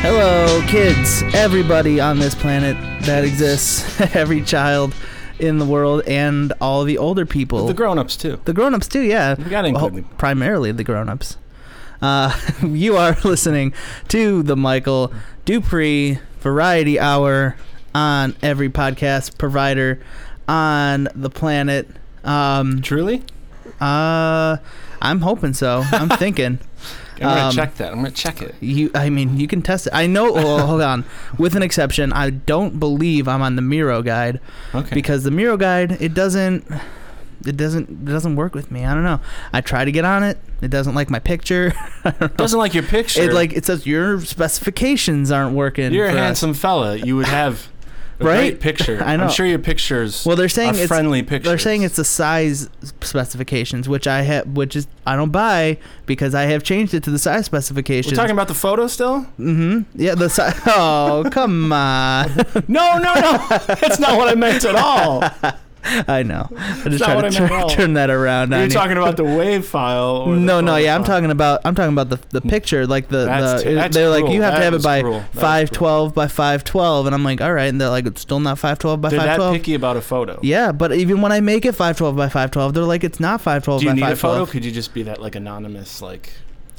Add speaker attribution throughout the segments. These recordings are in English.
Speaker 1: Hello, kids, everybody on this planet that exists, every child in the world, and all the older people.
Speaker 2: The grown-ups too.
Speaker 1: The grown-ups too, yeah. We
Speaker 2: gotta include them.
Speaker 1: Primarily the grown-ups. Uh, you are listening to the Michael Dupree Variety Hour on every podcast provider on the planet. Um,
Speaker 2: Truly,
Speaker 1: uh, I'm hoping so. I'm thinking.
Speaker 2: I'm gonna
Speaker 1: Um,
Speaker 2: check that. I'm gonna check it.
Speaker 1: You, I mean, you can test it. I know. Oh, hold on. With an exception, I don't believe I'm on the Miro guide
Speaker 2: Okay.
Speaker 1: because the Miro guide it doesn't, it doesn't, it doesn't work with me. I don't know. I try to get on it. It doesn't like my picture. I don't know.
Speaker 2: doesn't like your picture.
Speaker 1: It like it says your specifications aren't working.
Speaker 2: you're a
Speaker 1: for us."
Speaker 2: handsome fella. You would have a
Speaker 1: Right?
Speaker 2: great picture.
Speaker 1: I know.
Speaker 2: I'm sure your pictures.
Speaker 1: Well, they're saying
Speaker 2: are
Speaker 1: it's
Speaker 2: friendly pictures.
Speaker 1: They're saying it's the size specifications, which I have, which is I don't buy because I have changed it to the size
Speaker 2: We're
Speaker 1: specifications.
Speaker 2: talking about the photo still.
Speaker 1: hmm Yeah, the size. Oh, come on.
Speaker 2: No, no, no. That's not what I meant at all.
Speaker 1: I know. I just
Speaker 2: not
Speaker 1: tried
Speaker 2: what
Speaker 1: to
Speaker 2: I meant at
Speaker 1: turn,
Speaker 2: all.
Speaker 1: turn that around.
Speaker 2: You're
Speaker 1: on
Speaker 2: talking about the wave file. Or the
Speaker 1: No, no,
Speaker 2: photo
Speaker 1: yeah, I'm
Speaker 2: file.
Speaker 1: talking about I'm talking about the the picture, like the,
Speaker 2: That's
Speaker 1: the
Speaker 2: t- that's
Speaker 1: they're like
Speaker 2: cruel.
Speaker 1: you have to
Speaker 2: That
Speaker 1: have it
Speaker 2: was
Speaker 1: by
Speaker 2: cruel. That was
Speaker 1: five twelve by five twelve, and I'm like, all right, and they're like, it's still not five twelve by
Speaker 2: They're
Speaker 1: five
Speaker 2: that
Speaker 1: twelve.
Speaker 2: picky about a photo.
Speaker 1: Yeah, but even when I make it five twelve by five twelve, they're like, it's not five twelve
Speaker 2: Do you
Speaker 1: by
Speaker 2: need a
Speaker 1: five
Speaker 2: photo?
Speaker 1: twelve.
Speaker 2: Could you just be that like anonymous like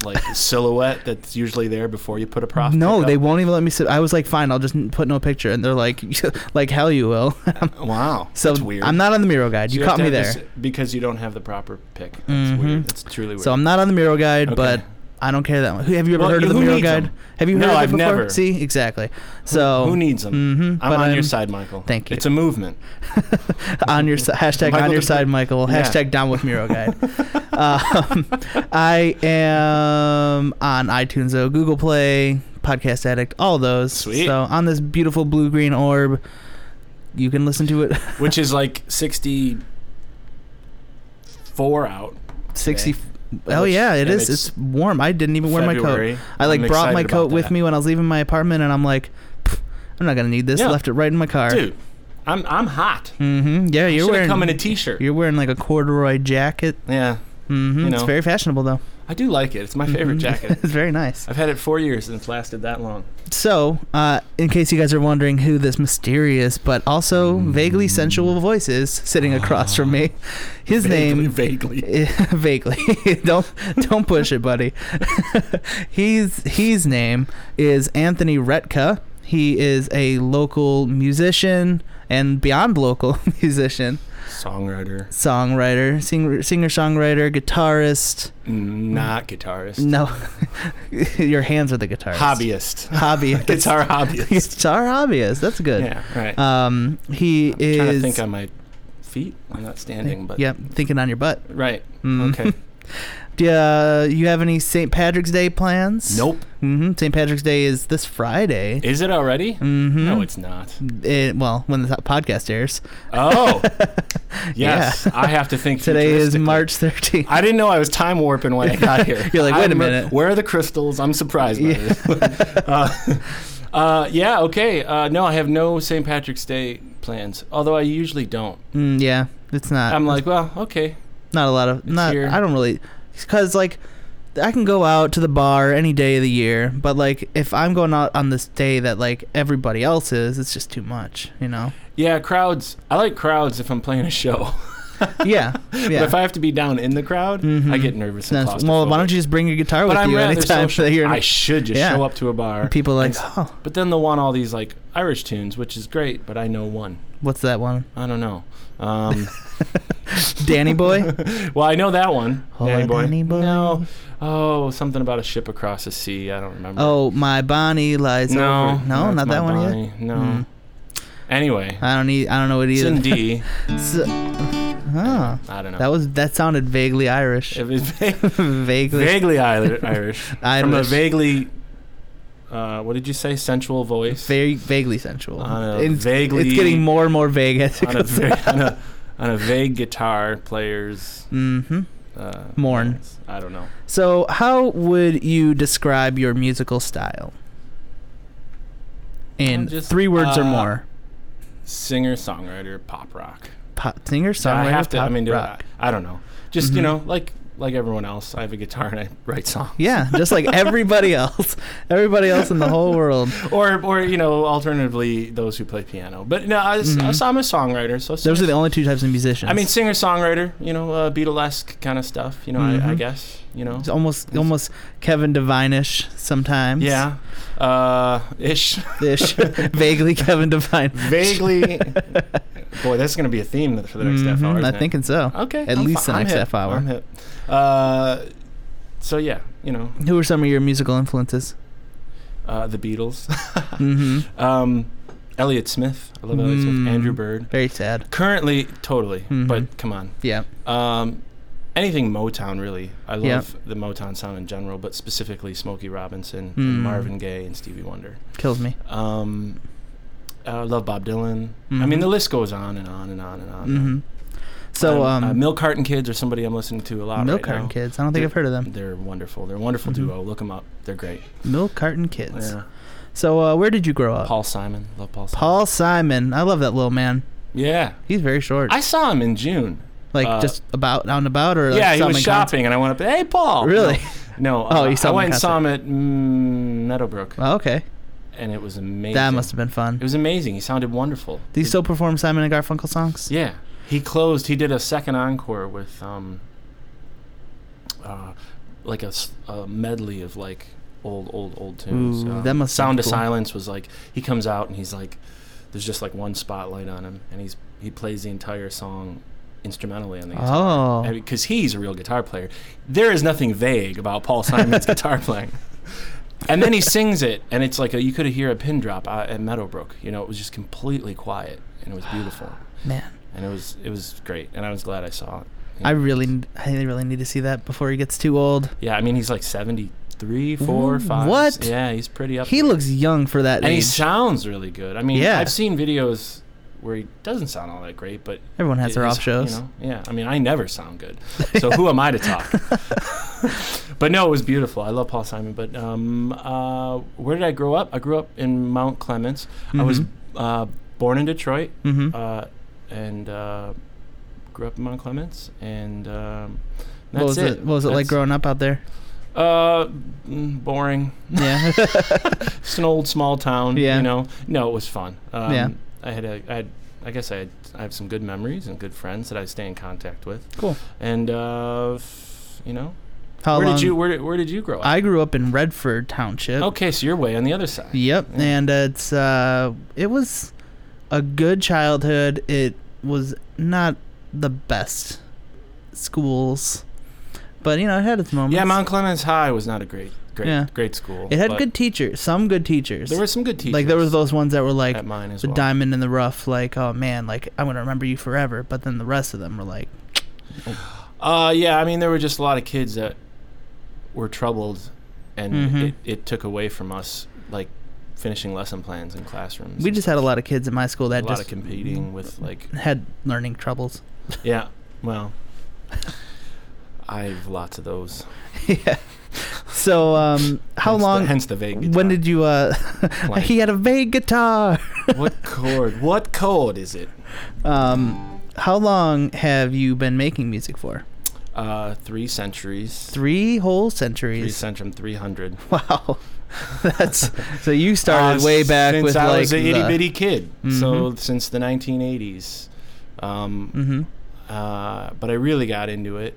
Speaker 2: like silhouette that's usually there before you put a prop?
Speaker 1: No, they
Speaker 2: pic
Speaker 1: won't even let me. Sit. I was like, fine, I'll just n- put no picture, and they're like, like hell you will.
Speaker 2: up? Wow.
Speaker 1: so
Speaker 2: that's weird.
Speaker 1: I'm not on the Miro guide.
Speaker 2: So
Speaker 1: you
Speaker 2: have
Speaker 1: caught
Speaker 2: to
Speaker 1: me
Speaker 2: have
Speaker 1: there.
Speaker 2: this because you don't have the proper pick. That's
Speaker 1: Mhm.
Speaker 2: weird. That's truly weird.
Speaker 1: So I'm not on the Miro guide,
Speaker 2: Okay.
Speaker 1: but I don't care that much. Who- Have you ever
Speaker 2: Well,
Speaker 1: heard of
Speaker 2: you-
Speaker 1: the
Speaker 2: who
Speaker 1: Miro
Speaker 2: needs
Speaker 1: guide?
Speaker 2: 'em?
Speaker 1: Have you
Speaker 2: No,
Speaker 1: heard of
Speaker 2: I've
Speaker 1: it before?
Speaker 2: never.
Speaker 1: See, exactly. So
Speaker 2: who needs them?
Speaker 1: hmm
Speaker 2: I'm on
Speaker 1: I'm
Speaker 2: your side, Michael.
Speaker 1: Thank you.
Speaker 2: It's a movement.
Speaker 1: on your si- hashtag on
Speaker 2: Michael
Speaker 1: your
Speaker 2: just-
Speaker 1: side, Michael.
Speaker 2: Yeah.
Speaker 1: Hashtag down with Miro guide. um, I am on iTunes, though, Google Play, Podcast Addict, all those.
Speaker 2: Sweet.
Speaker 1: So on this beautiful blue green orb, you can listen to it
Speaker 2: which is like 64 out.
Speaker 1: 60.
Speaker 2: Today.
Speaker 1: Oh
Speaker 2: Which-
Speaker 1: yeah, it
Speaker 2: and
Speaker 1: is.
Speaker 2: it's
Speaker 1: It's, warm. I didn't even wear my coat.
Speaker 2: February.
Speaker 1: I like
Speaker 2: I'm
Speaker 1: brought my
Speaker 2: excited
Speaker 1: coat
Speaker 2: about
Speaker 1: with
Speaker 2: that.
Speaker 1: me when I was leaving my apartment, and I'm like, "Pff, I'm not gonna need this.
Speaker 2: Yeah.
Speaker 1: Left it right in my car.
Speaker 2: Dude, I'm I'm hot.
Speaker 1: Mm-hmm. Yeah,
Speaker 2: You
Speaker 1: you're
Speaker 2: should have
Speaker 1: wearing
Speaker 2: come in a t-shirt.
Speaker 1: you're wearing like a corduroy jacket.
Speaker 2: Yeah,
Speaker 1: Mm-hmm.
Speaker 2: You
Speaker 1: It's
Speaker 2: know.
Speaker 1: very fashionable though.
Speaker 2: I do like it. It's my favorite
Speaker 1: Mhm.
Speaker 2: jacket.
Speaker 1: it's very nice.
Speaker 2: I've had it four years and it's lasted that long.
Speaker 1: So, uh, in case you guys are wondering who this mysterious but also vaguely sensual voice is sitting across from me, his
Speaker 2: Mm. Vaguely-
Speaker 1: name
Speaker 2: vaguely.
Speaker 1: vaguely don't don't push it, buddy. He's his name is Anthony Retka. He is a local musician and beyond local musician,
Speaker 2: Songwriter,
Speaker 1: songwriter, singer, singer songwriter, guitarist.
Speaker 2: not guitarist.
Speaker 1: No, your hands are the guitarist.
Speaker 2: Hobbyist.
Speaker 1: hobby.
Speaker 2: It's our hobbyist.
Speaker 1: guitar hobbyist. That's good.
Speaker 2: yeah, right.
Speaker 1: Um, he
Speaker 2: I'm
Speaker 1: is.
Speaker 2: trying to think on my feet. I'm not standing, but
Speaker 1: Yep, thinking on your butt.
Speaker 2: right.
Speaker 1: Mm.
Speaker 2: Okay.
Speaker 1: Do uh, you have any St. Patrick's Day plans?
Speaker 2: nope.
Speaker 1: hmm St. Patrick's Day is this Friday.
Speaker 2: Is it already?
Speaker 1: mm-hmm.
Speaker 2: No, it's not.
Speaker 1: It- well, when the podcast airs.
Speaker 2: Oh, yes. I have to think.
Speaker 1: Today is
Speaker 2: futuristically.
Speaker 1: March 13th.
Speaker 2: I didn't know I was time warping when I got here.
Speaker 1: You're like, wait a
Speaker 2: I'm-
Speaker 1: minute.
Speaker 2: Where are the crystals? I'm surprised by
Speaker 1: Yeah.
Speaker 2: this. uh, uh, yeah, okay. Uh, no, I have no St. Patrick's Day plans, although I usually don't.
Speaker 1: Mm, yeah, it's not.
Speaker 2: I'm like, well, okay.
Speaker 1: not a lot of. Not.
Speaker 2: here.
Speaker 1: I don't really. Because, like, I can go out to the bar any day of the year, but, like, if I'm going out on this day that, like, everybody else is, it's just too much, you know?
Speaker 2: Yeah, crowds. I like crowds if I'm playing a show.
Speaker 1: Yeah. yeah.
Speaker 2: But if I have to be down in the crowd,
Speaker 1: Mhm.
Speaker 2: I get nervous and
Speaker 1: No,
Speaker 2: claustrophobic.
Speaker 1: well, why don't you just bring your guitar
Speaker 2: But
Speaker 1: with
Speaker 2: I'm
Speaker 1: you
Speaker 2: rather
Speaker 1: anytime
Speaker 2: social.
Speaker 1: that you're in
Speaker 2: I should just
Speaker 1: Yeah.
Speaker 2: show up to a bar.
Speaker 1: and people are like,
Speaker 2: and s-
Speaker 1: oh,
Speaker 2: But then they'll want all these like Irish tunes, which is great, but I know one.
Speaker 1: what's that one?
Speaker 2: I don't know. Um,
Speaker 1: Danny Boy?
Speaker 2: well, I know that one.
Speaker 1: Oh,
Speaker 2: Danny boy.
Speaker 1: Danny Boy.
Speaker 2: No. Oh, something about a ship across the sea. I don't remember.
Speaker 1: Oh, my Bonnie lies
Speaker 2: no.
Speaker 1: over. No,
Speaker 2: it's
Speaker 1: not that
Speaker 2: my
Speaker 1: one yet.
Speaker 2: Bonnie. No.
Speaker 1: Hmm.
Speaker 2: Anyway,
Speaker 1: I don't need. I don't know it
Speaker 2: it's
Speaker 1: either.
Speaker 2: in D.
Speaker 1: So- huh.
Speaker 2: I don't know.
Speaker 1: That was that sounded vaguely Irish.
Speaker 2: it was vague-
Speaker 1: vaguely.
Speaker 2: vaguely Iri- Irish. From a
Speaker 1: Irish.
Speaker 2: vaguely, uh, what did you say? Sensual voice.
Speaker 1: Very vaguely sensual.
Speaker 2: On a
Speaker 1: it's,
Speaker 2: vaguely-
Speaker 1: It's getting more and more vague as it
Speaker 2: on, a
Speaker 1: goes.
Speaker 2: va- on, a, on a vague guitar player's
Speaker 1: Mm-hmm.
Speaker 2: uh,
Speaker 1: Mourn.
Speaker 2: hands. I don't know.
Speaker 1: So, how would you describe your musical style? In
Speaker 2: just-
Speaker 1: three words or
Speaker 2: uh,
Speaker 1: more.
Speaker 2: Singer, songwriter, pop rock.
Speaker 1: Pop, singer,
Speaker 2: So
Speaker 1: songwriter,
Speaker 2: I have to.
Speaker 1: pop,
Speaker 2: I mean, do
Speaker 1: rock.
Speaker 2: I, I don't know. Just you
Speaker 1: Mhm.
Speaker 2: know, like like everyone else, I have a guitar and I write songs.
Speaker 1: Yeah, just like everybody else, everybody else in the whole world.
Speaker 2: Or, or you know, alternatively, those who play piano. But no, I,
Speaker 1: Mhm.
Speaker 2: am a songwriter. So
Speaker 1: Those are the only two types of musicians.
Speaker 2: I mean, singer songwriter. You know, uh, Beatlesque kind of stuff. You know, I, I
Speaker 1: Mhm.
Speaker 2: guess. You know.
Speaker 1: it's almost almost Kevin Devine-ish sometimes.
Speaker 2: Yeah. Uh, ish.
Speaker 1: ish, vaguely Kevin Devine.
Speaker 2: Vaguely. Boy, that's gonna be a theme for the next half hour.
Speaker 1: Mhm,
Speaker 2: isn't
Speaker 1: I'm
Speaker 2: it?
Speaker 1: thinking so.
Speaker 2: Okay.
Speaker 1: At least the
Speaker 2: I'm
Speaker 1: next
Speaker 2: hip.
Speaker 1: half hour.
Speaker 2: I'm hip. Uh, so yeah, you know,
Speaker 1: Who are some of your musical influences?
Speaker 2: uh, the Beatles.
Speaker 1: hmm
Speaker 2: Um, Elliot Smith. I love Elliot
Speaker 1: Mm.
Speaker 2: Smith. Andrew Bird.
Speaker 1: Very sad.
Speaker 2: Currently, totally.
Speaker 1: Mhm.
Speaker 2: But come on.
Speaker 1: Yeah.
Speaker 2: Um, anything Motown, really. I love
Speaker 1: Yeah.
Speaker 2: the Motown sound in general, but specifically Smokey Robinson,
Speaker 1: Mm.
Speaker 2: and Marvin Gaye, and Stevie Wonder.
Speaker 1: Kills me.
Speaker 2: Um, I love Bob Dylan. I mean,
Speaker 1: Mhm.
Speaker 2: the list goes on and on and on and on.
Speaker 1: hmm So, um,
Speaker 2: I'm- Um, uh, Milk Carton Kids are somebody I'm listening to a lot
Speaker 1: Milk
Speaker 2: right
Speaker 1: Carton
Speaker 2: now.
Speaker 1: Kids. I don't think I've heard of them.
Speaker 2: They're wonderful. They're a wonderful
Speaker 1: Mhm.
Speaker 2: duo. Look them up. They're great.
Speaker 1: Milk Carton Kids.
Speaker 2: Yeah.
Speaker 1: So, uh, where did you grow up?
Speaker 2: Paul Simon. Love Paul Simon.
Speaker 1: Paul Simon. I love that little man.
Speaker 2: Yeah.
Speaker 1: He's very short.
Speaker 2: I saw him in June.
Speaker 1: like
Speaker 2: uh,
Speaker 1: just about out and about, or like
Speaker 2: yeah, he
Speaker 1: saw him
Speaker 2: was
Speaker 1: in concert?
Speaker 2: shopping, and I went up. Hey, Paul.
Speaker 1: Really?
Speaker 2: No. no,
Speaker 1: Oh,
Speaker 2: uh,
Speaker 1: you saw
Speaker 2: I
Speaker 1: him in
Speaker 2: went and saw him at mm, Meadowbrook,
Speaker 1: Oh, okay,
Speaker 2: and it was amazing.
Speaker 1: that must have been fun.
Speaker 2: It was amazing. He sounded wonderful.
Speaker 1: Do you still perform Simon and Garfunkel songs?
Speaker 2: Yeah. He closed. He did a second encore with um, uh, like a, s- a medley of like old, old, old tunes.
Speaker 1: Ooh,
Speaker 2: Um,
Speaker 1: that must
Speaker 2: Sound
Speaker 1: sound
Speaker 2: of
Speaker 1: cool.
Speaker 2: Silence was like he comes out and he's like, there's just like one spotlight on him, and he's he plays the entire song instrumentally on the guitar.
Speaker 1: Oh,
Speaker 2: because he's a real guitar player. There is nothing vague about Paul Simon's guitar playing. And then he sings it, and it's like a, you could hear a pin drop out at Meadowbrook. You know, it was just completely quiet, and it was beautiful,
Speaker 1: man,
Speaker 2: and it was it was great, and I was glad I saw it.
Speaker 1: I really, I really need to see that before he gets too old.
Speaker 2: yeah, I mean he's like 73, 4,
Speaker 1: Ooh,
Speaker 2: 5.
Speaker 1: what?
Speaker 2: Yeah, he's pretty up.
Speaker 1: He
Speaker 2: there.
Speaker 1: looks young for that
Speaker 2: and he
Speaker 1: age.
Speaker 2: sounds really good. I mean,
Speaker 1: Yeah.
Speaker 2: I've seen videos where he doesn't sound all that great, but
Speaker 1: Everyone has their
Speaker 2: It's-
Speaker 1: off shows.
Speaker 2: You know, yeah, I mean, I never sound good, so who am I to talk? but no, it was beautiful. I love Paul Simon. But um, uh, where did I grow up? I grew up in Mount Clemens. I was
Speaker 1: Mhm.
Speaker 2: uh, born in Detroit,
Speaker 1: hmm
Speaker 2: uh, and uh, grew up in Mount Clemens, and um, that's
Speaker 1: what was it? What was it like
Speaker 2: That's-
Speaker 1: growing up out there?
Speaker 2: Uh, mm, boring.
Speaker 1: Yeah.
Speaker 2: It's an old small town.
Speaker 1: Yeah.
Speaker 2: You know. No, it was fun. Um,
Speaker 1: Yeah.
Speaker 2: I had a. I had, I guess I had. I have some good memories and good friends that I stay in contact with.
Speaker 1: Cool.
Speaker 2: And uh, f- you know,
Speaker 1: How
Speaker 2: where
Speaker 1: long?
Speaker 2: did you where, did- where did you grow up?
Speaker 1: Um, I grew up in Redford Township.
Speaker 2: okay, so you're way on the other side.
Speaker 1: Yep,
Speaker 2: Yeah.
Speaker 1: and it's uh, it was a good childhood. It was not the best schools, but you know it had its moments.
Speaker 2: Yeah, Mount Clemens High was not a great, great,
Speaker 1: Yeah.
Speaker 2: great school.
Speaker 1: It had
Speaker 2: but
Speaker 1: good teachers, some good teachers.
Speaker 2: There were some good teachers.
Speaker 1: like there was those ones that were like
Speaker 2: at mine as
Speaker 1: the
Speaker 2: well.
Speaker 1: diamond in the rough, like oh man, like I'm gonna remember you forever. But then the rest of them were like,
Speaker 2: Uh, yeah, I mean there were just a lot of kids that were troubled, and
Speaker 1: Mhm.
Speaker 2: it, it took away from us like finishing lesson plans in classrooms.
Speaker 1: we
Speaker 2: and
Speaker 1: just had a lot of kids in my school
Speaker 2: a
Speaker 1: that
Speaker 2: lot
Speaker 1: just
Speaker 2: of competing with like
Speaker 1: had learning troubles.
Speaker 2: yeah. Well, I have lots of those.
Speaker 1: yeah. So um, how
Speaker 2: Hence the-
Speaker 1: long?
Speaker 2: hence the vague.
Speaker 1: when did you uh
Speaker 2: Like-
Speaker 1: he had a vague guitar
Speaker 2: what chord? What chord is it?
Speaker 1: um how long have you been making music for
Speaker 2: Uh, three centuries.
Speaker 1: three whole
Speaker 2: Three
Speaker 1: centuries
Speaker 2: centrum, three hundred. Uh,
Speaker 1: wow that's so you started way back
Speaker 2: since
Speaker 1: with
Speaker 2: I
Speaker 1: like
Speaker 2: was an itty
Speaker 1: the-
Speaker 2: bitty kid. So
Speaker 1: Mhm.
Speaker 2: since the nineteen eighties. Um,
Speaker 1: Mhm.
Speaker 2: uh, but I really got into it.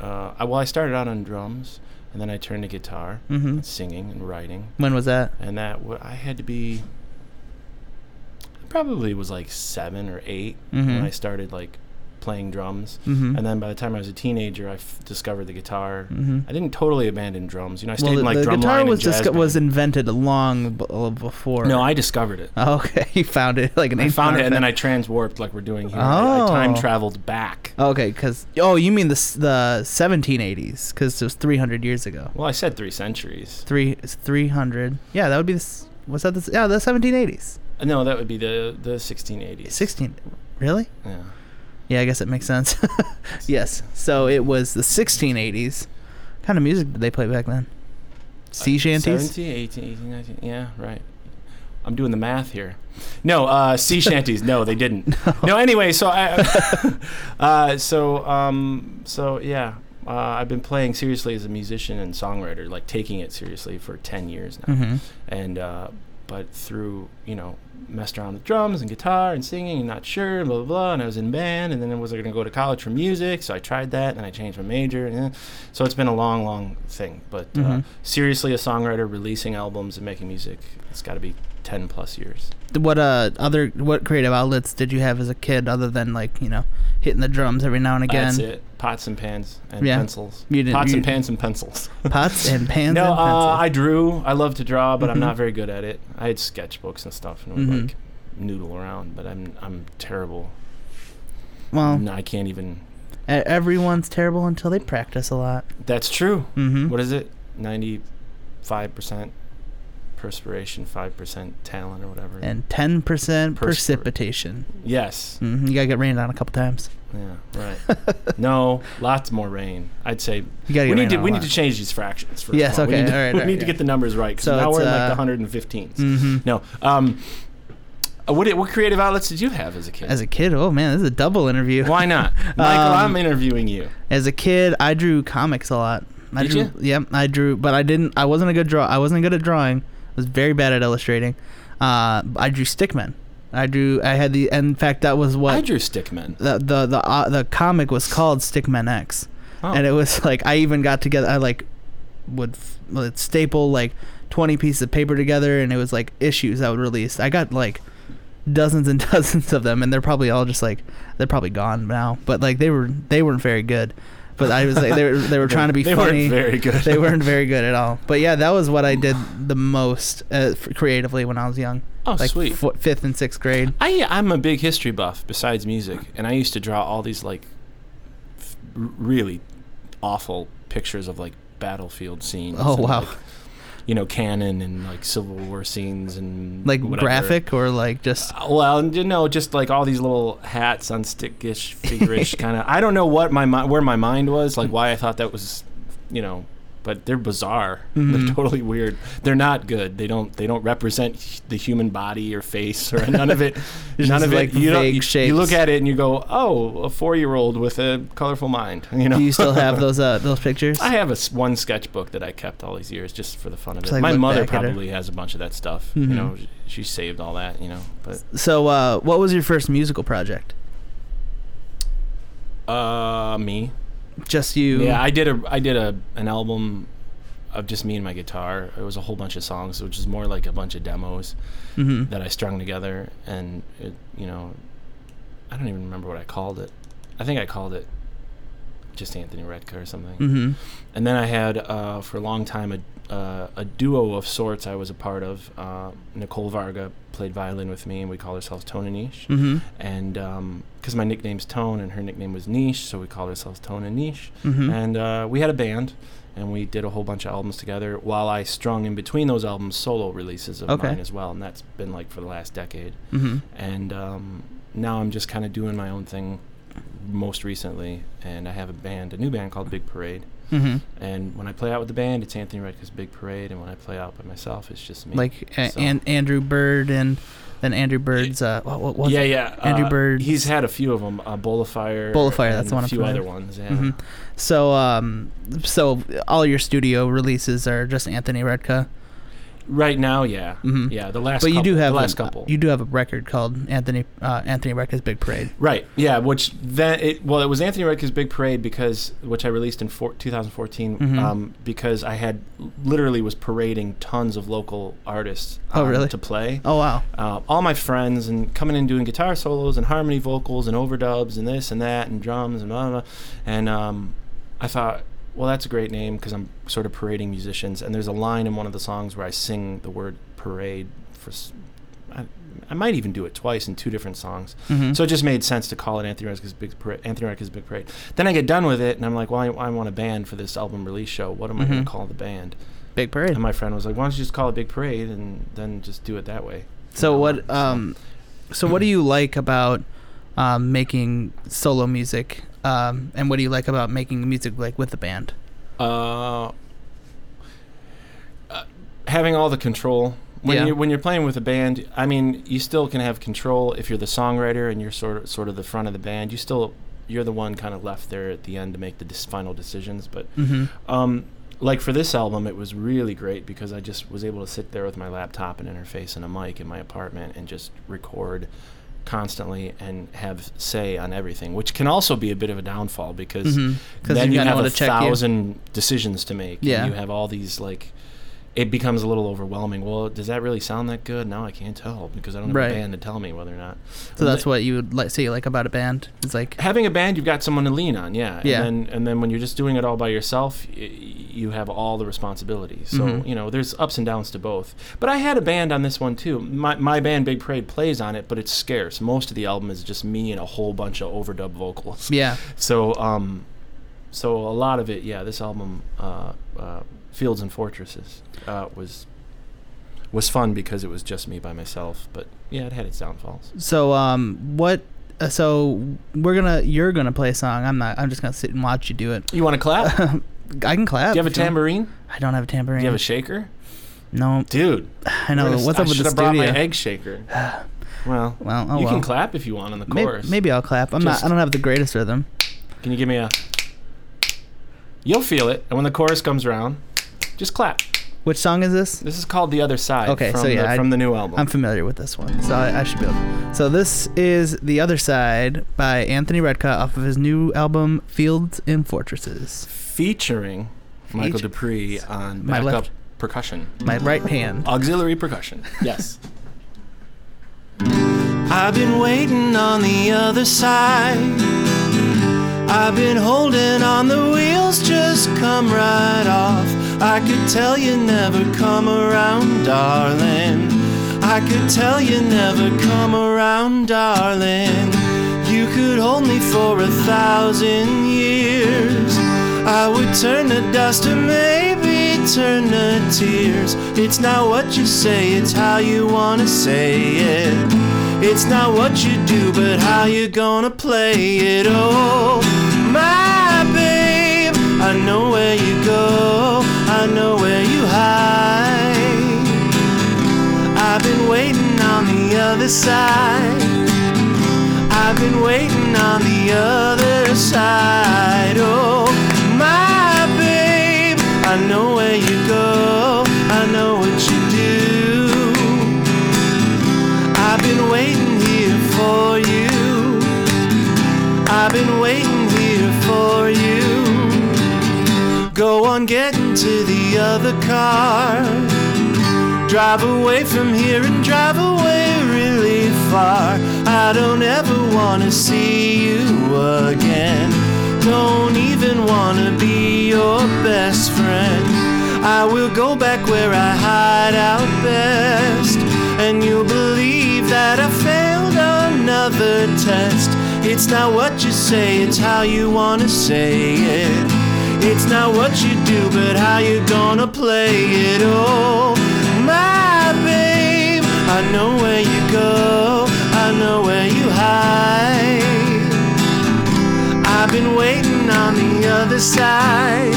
Speaker 2: Uh, I, well, I started out on drums, and then I turned to guitar,
Speaker 1: Mhm.
Speaker 2: and singing, and writing.
Speaker 1: when was that
Speaker 2: And that w- I had to be. I probably was like seven or 8 when
Speaker 1: Mhm.
Speaker 2: I started like playing drums.
Speaker 1: mm-hmm.
Speaker 2: And then by the time I was a teenager, I f- discovered the guitar.
Speaker 1: Mhm.
Speaker 2: I didn't totally abandon drums. You know, I stayed
Speaker 1: well, the,
Speaker 2: in like
Speaker 1: the
Speaker 2: drum
Speaker 1: guitar
Speaker 2: line
Speaker 1: was
Speaker 2: and jazz
Speaker 1: disco- was
Speaker 2: band.
Speaker 1: invented long b- uh, before
Speaker 2: No, I discovered it.
Speaker 1: oh, okay you found it like an
Speaker 2: I
Speaker 1: ancient
Speaker 2: found it, and then I
Speaker 1: artifact.
Speaker 2: transwarped like we're doing here. I, I time
Speaker 1: Oh.
Speaker 2: traveled back.
Speaker 1: okay because oh you mean the s- the 1780s because it was 300 years ago
Speaker 2: Well, I said three centuries.
Speaker 1: three three hundred. Yeah, that would be. This, was that this? Yeah, the seventeen eighties,
Speaker 2: Uh, No, that would be the the 1680s.
Speaker 1: sixteen. Really?
Speaker 2: Yeah.
Speaker 1: Yeah, I guess it makes sense. yes. So it was the sixteen eighties. Kind of music did they play back then?
Speaker 2: Uh,
Speaker 1: Sea shanties.
Speaker 2: 17, 18, 18, 19. Yeah, right. I'm doing the math here. No, uh, sea shanties. No, they didn't. No, anyway, so I, uh, so um, so yeah, uh, I've been playing seriously as a musician and songwriter, like taking it seriously for 10 years now.
Speaker 1: Mhm.
Speaker 2: And, uh, but through, you know, messed around with drums and guitar and singing and not sure and blah, blah, blah. And I was in band and then I was going to go to college for music. So I tried that and I changed my major. And, eh. so it's been a long, long thing. But uh,
Speaker 1: Mhm.
Speaker 2: seriously, a songwriter releasing albums and making music, it's got to be 10 plus years.
Speaker 1: What uh other what creative outlets did you have as a kid other than like you know hitting the drums every now and again?
Speaker 2: That's it. Pots and pans and
Speaker 1: Yeah.
Speaker 2: pencils.
Speaker 1: You didn't-
Speaker 2: Pots
Speaker 1: you-
Speaker 2: and pans and pencils.
Speaker 1: Pots and pans.
Speaker 2: no,
Speaker 1: and pencils.
Speaker 2: uh, I drew. I love to draw, but I'm
Speaker 1: Mhm.
Speaker 2: not very good at it. I had sketchbooks and stuff, and would
Speaker 1: Mhm.
Speaker 2: like noodle around. But I'm I'm terrible.
Speaker 1: well,
Speaker 2: No, I can't even.
Speaker 1: e- everyone's terrible until they practice a lot.
Speaker 2: That's true.
Speaker 1: Mm-hmm.
Speaker 2: What is it? Ninety five percent perspiration, five percent talent, or whatever.
Speaker 1: and ten percent
Speaker 2: Perspir-
Speaker 1: precipitation.
Speaker 2: yes.
Speaker 1: hmm You gotta get rained on a couple times.
Speaker 2: Yeah. Right. no, lots more rain. I'd say
Speaker 1: You gotta get
Speaker 2: we need
Speaker 1: rained
Speaker 2: to
Speaker 1: on a
Speaker 2: we
Speaker 1: lot.
Speaker 2: need to change these fractions. first
Speaker 1: Yes,
Speaker 2: of all. We
Speaker 1: okay,
Speaker 2: need to,
Speaker 1: alright,
Speaker 2: we
Speaker 1: alright,
Speaker 2: need to
Speaker 1: yeah.
Speaker 2: get the numbers right. 'cause
Speaker 1: So
Speaker 2: now
Speaker 1: it's,
Speaker 2: we're in
Speaker 1: uh,
Speaker 2: like the 115s.
Speaker 1: Mhm.
Speaker 2: No. Um, uh, what what creative outlets did you have as a kid?
Speaker 1: As a kid, oh man, this is a double interview.
Speaker 2: Why not, Michael?
Speaker 1: Um,
Speaker 2: I'm interviewing you.
Speaker 1: As a kid, I drew comics a lot. I
Speaker 2: Did
Speaker 1: drew,
Speaker 2: you?
Speaker 1: Yep, I drew, but I didn't. I wasn't a good draw. I wasn't good at drawing. I was very bad at illustrating. Uh, I drew stickmen. I drew. I had the. In fact, that was what
Speaker 2: I drew Stickman.
Speaker 1: the the the, uh, the comic was called Stickman X,
Speaker 2: Oh.
Speaker 1: and it was like I even got together. I like would f- would staple like twenty pieces of paper together, and it was like issues I would release. I got like dozens and dozens of them, and they're probably all just like they're probably gone now. But like they were they weren't very good. But I was like they were they were trying to be
Speaker 2: they
Speaker 1: funny.
Speaker 2: weren't very good.
Speaker 1: they weren't very good at all. But yeah, that was what I did the most uh, f- creatively when I was young.
Speaker 2: Oh,
Speaker 1: like
Speaker 2: sweet.
Speaker 1: fo- fifth and sixth grade.
Speaker 2: I I'm a big history buff. Besides music, and I used to draw all these like f- r- really awful pictures of like battlefield scenes.
Speaker 1: Oh
Speaker 2: and,
Speaker 1: wow.
Speaker 2: like, you know, cannon and like Civil War scenes and
Speaker 1: like
Speaker 2: whatever.
Speaker 1: graphic or like just
Speaker 2: Uh, Well, you know, just like all these little hats on stickish, figurish kind of. I don't know what my mi- where my mind was, like why I thought that was, you know, but they're bizarre.
Speaker 1: Mhm.
Speaker 2: They're totally weird. They're not good. They don't they don't represent h- the human body or face or none of it.
Speaker 1: It's
Speaker 2: none
Speaker 1: just
Speaker 2: of
Speaker 1: like
Speaker 2: it. You, don't-
Speaker 1: vague
Speaker 2: you-
Speaker 1: shapes.
Speaker 2: you look at it and you go, oh, a four year old with a colorful mind. You know.
Speaker 1: Do you still have those uh, those pictures?
Speaker 2: I have a s- one sketchbook that I kept all these years just for the fun of it.
Speaker 1: Just, like,
Speaker 2: my
Speaker 1: look
Speaker 2: mother
Speaker 1: back at it.
Speaker 2: probably has a bunch of that stuff.
Speaker 1: Mhm.
Speaker 2: You know, sh- she saved all that. You know, but
Speaker 1: so, uh, what was your first musical project?
Speaker 2: uh, me.
Speaker 1: Just you?
Speaker 2: Yeah, I did a I did a an album of just me and my guitar. It was a whole bunch of songs, which is more like a bunch of demos
Speaker 1: hmm
Speaker 2: that I strung together, and it, you know, I don't even remember what I called it. I think I called it just Anthony Redka or something.
Speaker 1: hmm
Speaker 2: And then I had uh, for a long time a uh, a duo of sorts I was a part of. Uh, Nicole Varga played violin with me, and we called ourselves Tone and Niche
Speaker 1: hmm
Speaker 2: and because my nickname's Tone and her nickname was Niche, so we called ourselves Tone and Niche.
Speaker 1: Mhm.
Speaker 2: And uh, we had a band, and we did a whole bunch of albums together. While I strung in between those albums solo releases of
Speaker 1: Okay.
Speaker 2: mine as well, and that's been like for the last decade.
Speaker 1: hmm
Speaker 2: And um, now I'm just kind of doing my own thing. Most recently, and I have a band, a new band called Big Parade.
Speaker 1: hmm
Speaker 2: And when I play out with the band, it's Anthony Redka's Big Parade, and when I play out by myself, it's just me.
Speaker 1: Like a-
Speaker 2: So-
Speaker 1: and Andrew Bird and then Andrew Bird's uh, what, what was
Speaker 2: yeah,
Speaker 1: it?
Speaker 2: yeah.
Speaker 1: Andrew
Speaker 2: uh,
Speaker 1: Bird.
Speaker 2: He's had a few of them. Uh, Bowl of Fire.
Speaker 1: Bowl of Fire, that's
Speaker 2: and
Speaker 1: the one
Speaker 2: A
Speaker 1: I'm
Speaker 2: few
Speaker 1: familiar
Speaker 2: other ones. Yeah.
Speaker 1: Mhm. So, um, so all your studio releases are just Anthony Redka,
Speaker 2: Right now, yeah,
Speaker 1: Mhm.
Speaker 2: yeah. The last.
Speaker 1: but you
Speaker 2: couple,
Speaker 1: do have
Speaker 2: the last
Speaker 1: an-
Speaker 2: couple.
Speaker 1: You do have a record called Anthony uh, Anthony Redka's Big Parade.
Speaker 2: right, yeah. Which then it well, it was Anthony Redka's Big Parade because which I released in four, 2014
Speaker 1: Mhm.
Speaker 2: um, because I had literally was parading tons of local artists.
Speaker 1: Oh,
Speaker 2: um,
Speaker 1: really?
Speaker 2: To play.
Speaker 1: Oh wow!
Speaker 2: uh, all my friends and coming in doing guitar solos and harmony vocals and overdubs and this and that and drums and blah blah. blah. And um, I thought, well, that's a great name because I'm sort of parading musicians. And there's a line in one of the songs where I sing the word parade for. s I I might even do it twice in two different songs.
Speaker 1: Mhm.
Speaker 2: So it just made sense to call it Anthony Redka's Big Parade. Anthony Redka's Big Parade. Then I get done with it, and I'm like, well, I, I want a band for this album release show. What am I going
Speaker 1: Mhm.
Speaker 2: to call the band?
Speaker 1: Big Parade.
Speaker 2: And my friend was like, why don't you just call it Big Parade and then just do it that way.
Speaker 1: So
Speaker 2: From now
Speaker 1: what?
Speaker 2: on. So-
Speaker 1: Um, so what do you like about um, making solo music? Um, and what do you like about making music like with the band?
Speaker 2: Uh, uh, having all the control when
Speaker 1: Yeah.
Speaker 2: you're when you're playing with a band. I mean, you still can have control if you're the songwriter and you're sort of sort of the front of the band. You still you're the one kind of left there at the end to make the dis- final decisions. But
Speaker 1: Mm-hmm.
Speaker 2: um, like for this album, it was really great because I just was able to sit there with my laptop and interface and a mic in my apartment and just record constantly and have say on everything, which can also be a bit of a downfall because
Speaker 1: Mhm. 'Cause
Speaker 2: then
Speaker 1: you've
Speaker 2: you
Speaker 1: got no
Speaker 2: have
Speaker 1: one
Speaker 2: a
Speaker 1: to check you.
Speaker 2: thousand decisions to make. and
Speaker 1: Yeah.
Speaker 2: you have all these like. It becomes a little overwhelming. Well, does that really sound that good? Now I can't tell because I don't have
Speaker 1: Right.
Speaker 2: a band to tell me whether or not.
Speaker 1: So that's what you would like say like about a band. It's like
Speaker 2: having a band you've got someone to lean on yeah,
Speaker 1: Yeah.
Speaker 2: and then and then when you're just doing it all by yourself y- you have all the responsibilities so
Speaker 1: Mhm.
Speaker 2: you know there's ups and downs to both but i had a band on this one too my, my band big parade plays on it but it's scarce most of the album is just me and a whole bunch of overdub vocals
Speaker 1: yeah,
Speaker 2: so um so a lot of it yeah this album uh, uh, fields and fortresses uh, was was fun because it was just me by myself but yeah it had its downfalls
Speaker 1: So um, what? Uh, so we're gonna you're gonna play a song. I'm not. I'm just gonna sit and watch you do it.
Speaker 2: you want to clap do
Speaker 1: I can clap.
Speaker 2: you have a
Speaker 1: if want.
Speaker 2: tambourine
Speaker 1: I don't have a tambourine.
Speaker 2: do you have a shaker
Speaker 1: no,
Speaker 2: Dude,
Speaker 1: I know.
Speaker 2: where's-
Speaker 1: What's
Speaker 2: I
Speaker 1: up with
Speaker 2: should
Speaker 1: the
Speaker 2: have brought my
Speaker 1: studio?
Speaker 2: egg shaker. Well,
Speaker 1: Well, oh
Speaker 2: you
Speaker 1: well.
Speaker 2: can clap if you want on the
Speaker 1: May-
Speaker 2: chorus.
Speaker 1: Maybe I'll clap. I'm
Speaker 2: Just-
Speaker 1: not. I don't have the greatest rhythm.
Speaker 2: Can you give me a? You'll feel it, and when the chorus comes around, just clap.
Speaker 1: Which song is this?
Speaker 2: This is called "The Other Side."
Speaker 1: Okay,
Speaker 2: from
Speaker 1: so yeah,
Speaker 2: the,
Speaker 1: I-
Speaker 2: from the new album.
Speaker 1: I'm familiar with this one, so I, I should be able. So this is "The Other Side" by Anthony Redka off of his new album "Fields and Fortresses."
Speaker 2: featuring Michael
Speaker 1: Feature-
Speaker 2: Dupree on
Speaker 1: My
Speaker 2: backup
Speaker 1: left-
Speaker 2: percussion,
Speaker 1: My right
Speaker 2: Oh.
Speaker 1: hand.
Speaker 2: auxiliary percussion. Yes. I've been waiting on the other side. I've been holding on the wheels, just come right off. I could tell you never come around, darling. I could tell you never come around, darling. You could hold me for a thousand years. I would turn to dust and maybe turn to tears. It's not what you say, it's how you wanna say it. It's not what you do, but how you gonna play it. Oh, my babe, I know where you go, I know where you hide. I've been waiting on the other side. I've been waiting on the other side. Oh, my babe, I know where you go, I know what you do. I've been waiting here for you. I've been waiting here for you. Go on, get into the other car. Drive away from here and drive away really far. I don't ever want to see you again. Don't even want to be your best friend. I will go back where I hide out best. And you'll believe that I failed another test. It's not what you say, it's how you want to say it. It's not what you do, but how you gonna play it. Oh, my babe, I know where you go, I know where you hide. I've been waiting on the other side.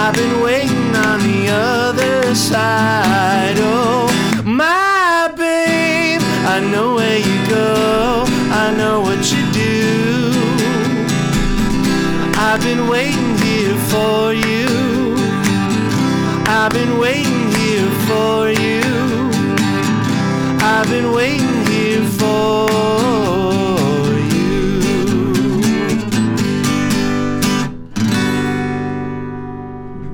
Speaker 2: I've been waiting on the other side. Oh, my babe, I know where you go, I know what you do. I've been waiting here for you. I've been waiting here for you. I've been waiting here for you.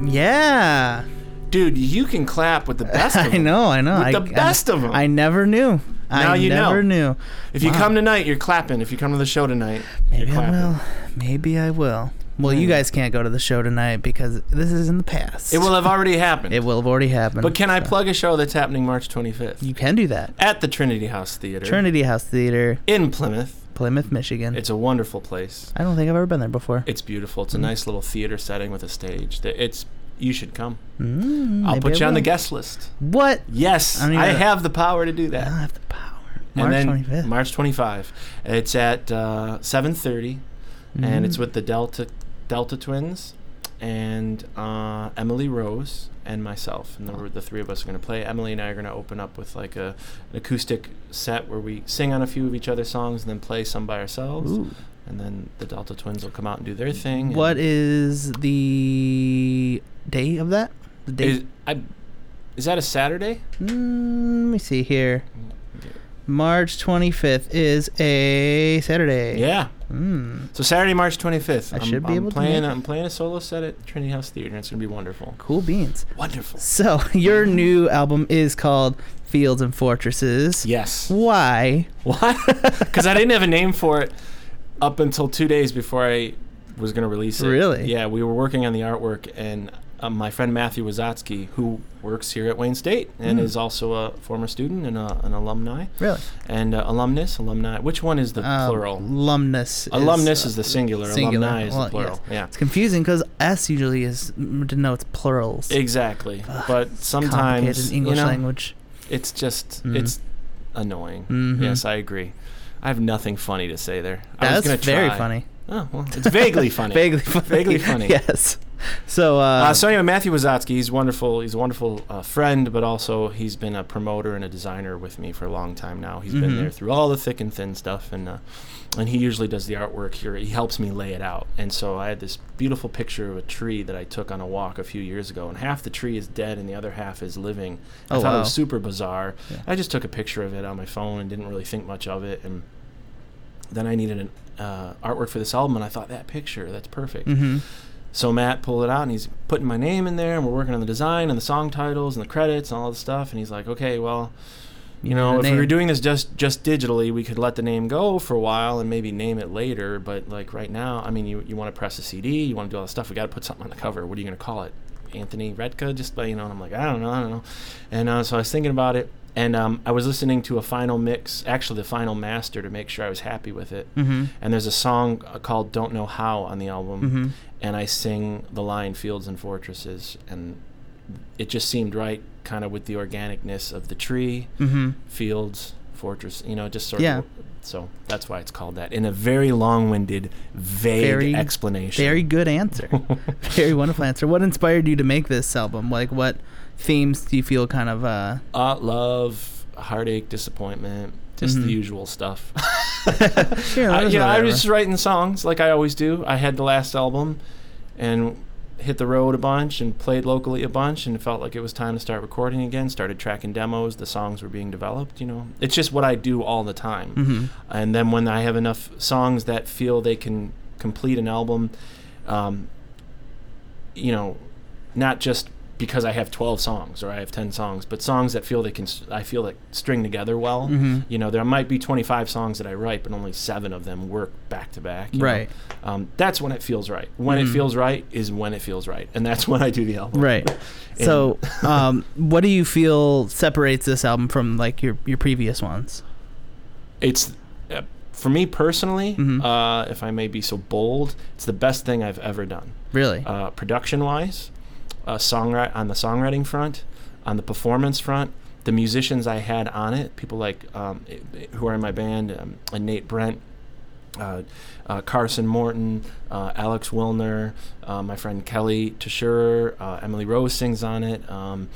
Speaker 1: Yeah.
Speaker 2: Dude, you can clap with the best of them.
Speaker 1: I know, I know.
Speaker 2: With
Speaker 1: I,
Speaker 2: the best
Speaker 1: I,
Speaker 2: of 'em.
Speaker 1: I never knew.
Speaker 2: Now
Speaker 1: I
Speaker 2: you know.
Speaker 1: never knew.
Speaker 2: If you
Speaker 1: Wow.
Speaker 2: come tonight, you're clapping. If you come to the show tonight,
Speaker 1: Maybe
Speaker 2: you're
Speaker 1: I
Speaker 2: clapping.
Speaker 1: will. Maybe I will. Well, you
Speaker 2: Maybe.
Speaker 1: guys can't go to the show tonight because this is in the past.
Speaker 2: It will have already happened.
Speaker 1: It will have already happened.
Speaker 2: but can I
Speaker 1: so.
Speaker 2: plug a show that's happening March 25th
Speaker 1: You can do that.
Speaker 2: at the Trinity House Theater
Speaker 1: Trinity Mm-hmm. House Theater,
Speaker 2: in Plymouth?
Speaker 1: Plymouth, Michigan.
Speaker 2: It's a wonderful place.
Speaker 1: I don't think I've ever been there before.
Speaker 2: It's beautiful. It's a
Speaker 1: Mm.
Speaker 2: nice little theater setting with a stage. Th- It's you should come.
Speaker 1: Mm,
Speaker 2: I'll
Speaker 1: maybe
Speaker 2: put
Speaker 1: I
Speaker 2: you on the
Speaker 1: will.
Speaker 2: guest list.
Speaker 1: What?
Speaker 2: Yes,
Speaker 1: I don't
Speaker 2: I
Speaker 1: even-
Speaker 2: have the power to do
Speaker 1: I don't
Speaker 2: that.
Speaker 1: have the power.
Speaker 2: and
Speaker 1: March
Speaker 2: then
Speaker 1: twenty fifth.
Speaker 2: March 25. It's at uh, 7:30, and
Speaker 1: Mm-hmm. Mm.
Speaker 2: it's with the Delta Delta Twins and uh, Emily Rose and myself. And the, the three of us are going to play. Emily and I are going to open up with like a an acoustic set where we sing on a few of each other's songs and then play some by ourselves.
Speaker 1: Ooh.
Speaker 2: and then the Delta Twins will come out and do their thing. and
Speaker 1: What is the day of that? The day.
Speaker 2: is, I, is that a Saturday?
Speaker 1: Mm, let me see here. March 25th is a Saturday.
Speaker 2: Yeah.
Speaker 1: Mm.
Speaker 2: So Saturday, March 25th.
Speaker 1: I should be
Speaker 2: I'm
Speaker 1: able to
Speaker 2: playing,
Speaker 1: make it.
Speaker 2: I'm playing a solo set at Trinity House Theater. and It's gonna be wonderful.
Speaker 1: Cool beans.
Speaker 2: Wonderful.
Speaker 1: So your new album is called Fields and Fortresses.
Speaker 2: Yes.
Speaker 1: Why?
Speaker 2: Why? Because I didn't have a name for it up until two days before I was going to release it.
Speaker 1: Really?
Speaker 2: Yeah, we were working on the artwork, and um, my friend Matthew Wazatsky, who works here at Wayne State and
Speaker 1: Mm.
Speaker 2: is also a former student and a, an alumni,
Speaker 1: Really?
Speaker 2: and uh, alumnus, alumni. Which one is the
Speaker 1: Um,
Speaker 2: plural?
Speaker 1: Alumnus.
Speaker 2: Alumnus
Speaker 1: uh,
Speaker 2: is the singular,
Speaker 1: singular.
Speaker 2: alumni is
Speaker 1: Well,
Speaker 2: the plural. Yeah.
Speaker 1: It's confusing because S usually is denotes plurals.
Speaker 2: Exactly,
Speaker 1: Ugh,
Speaker 2: but
Speaker 1: Complicated
Speaker 2: sometimes
Speaker 1: in English
Speaker 2: you know,
Speaker 1: language.
Speaker 2: it's just
Speaker 1: Mhm.
Speaker 2: it's annoying.
Speaker 1: Mhm.
Speaker 2: Yes, I agree. I have nothing funny to say there. I was
Speaker 1: That's
Speaker 2: gonna
Speaker 1: very
Speaker 2: try.
Speaker 1: funny.
Speaker 2: Oh well, it's vaguely funny.
Speaker 1: Vaguely funny.
Speaker 2: Vaguely funny.
Speaker 1: yes. So. Uh,
Speaker 2: Uh, so anyway, Matthew Wazatsky, he's wonderful. He's a wonderful uh, friend, but also he's been a promoter and a designer with me for a long time now. He's
Speaker 1: Mhm.
Speaker 2: been there through all the thick and thin stuff, and uh, and he usually does the artwork here. He helps me lay it out. And so I had this beautiful picture of a tree that I took on a walk a few years ago, and half the tree is dead and the other half is living. I
Speaker 1: Oh,
Speaker 2: thought it
Speaker 1: wow.
Speaker 2: was super bizarre.
Speaker 1: Yeah.
Speaker 2: I just took a picture of it on my phone and didn't really think much of it. And then I needed an uh, artwork for this album, and I thought that picture, that's perfect.
Speaker 1: hmm
Speaker 2: So Matt pulled it out and he's putting my name in there, and we're working on the design and the song titles and the credits and all this stuff. And he's like, "Okay, well, you know, if we were doing this just just digitally, we could let the name go for a while and maybe name it later. But like right now, I mean, you you want to press a CD, you want to do all this stuff. We got to put something on the cover. What are you gonna call it? Anthony Redka? Just like, you know." And I'm like, "I don't know, I don't know." And uh, so I was thinking about it, and um, I was listening to a final mix, actually the final master, to make sure I was happy with it.
Speaker 1: hmm
Speaker 2: And there's a song uh, called "Don't Know How" on the album
Speaker 1: hmm
Speaker 2: and I sing the line "Fields and Fortresses," and it just seemed right, kind of with the organicness of the tree,
Speaker 1: hmm
Speaker 2: fields, fortress. You know, just sort
Speaker 1: Yeah.
Speaker 2: of. So that's why it's called that. In a very long-winded, vague
Speaker 1: Very-
Speaker 2: explanation.
Speaker 1: Very good answer. Very wonderful answer. What inspired you to make this album? Like, what themes do you feel kind of? Uh,
Speaker 2: Uh, love, heartache, disappointment, just
Speaker 1: Mhm.
Speaker 2: the usual stuff.
Speaker 1: Yeah, that
Speaker 2: I,
Speaker 1: is
Speaker 2: you know, I
Speaker 1: whatever.
Speaker 2: was just writing songs like I always do. I had the last album and hit the road a bunch and played locally a bunch and felt like it was time to start recording again. Started tracking demos, the songs were being developed, you know. It's just what I do all the time.
Speaker 1: Mhm.
Speaker 2: And then when I have enough songs that feel they can complete an album, um, you know, not just because I have 12 songs or I have 10 songs, but songs that feel they can, s- I feel that string together well.
Speaker 1: Mhm.
Speaker 2: You know, there might be 25 songs that I write, but only seven of them work back to back. you know.
Speaker 1: Right.
Speaker 2: Um, that's when it feels right. When
Speaker 1: Mhm.
Speaker 2: it feels right is when it feels right. And that's when I do the album.
Speaker 1: Right.
Speaker 2: And-
Speaker 1: So, um, what do you feel separates this album from like your your previous ones?
Speaker 2: It's, uh, for me personally,
Speaker 1: Mhm.
Speaker 2: uh, if I may be so bold, it's the best thing I've ever done.
Speaker 1: Really?
Speaker 2: uh, production wise, uh, songwri- on the songwriting front, on the performance front, the musicians I had on it, people like um, i- i- who are in my band, um, and Nate Brent, uh, uh, Carson Morton, uh, Alex Wilner, uh, my friend Kelly Tashurer, uh, Emily Rose sings on it. Um,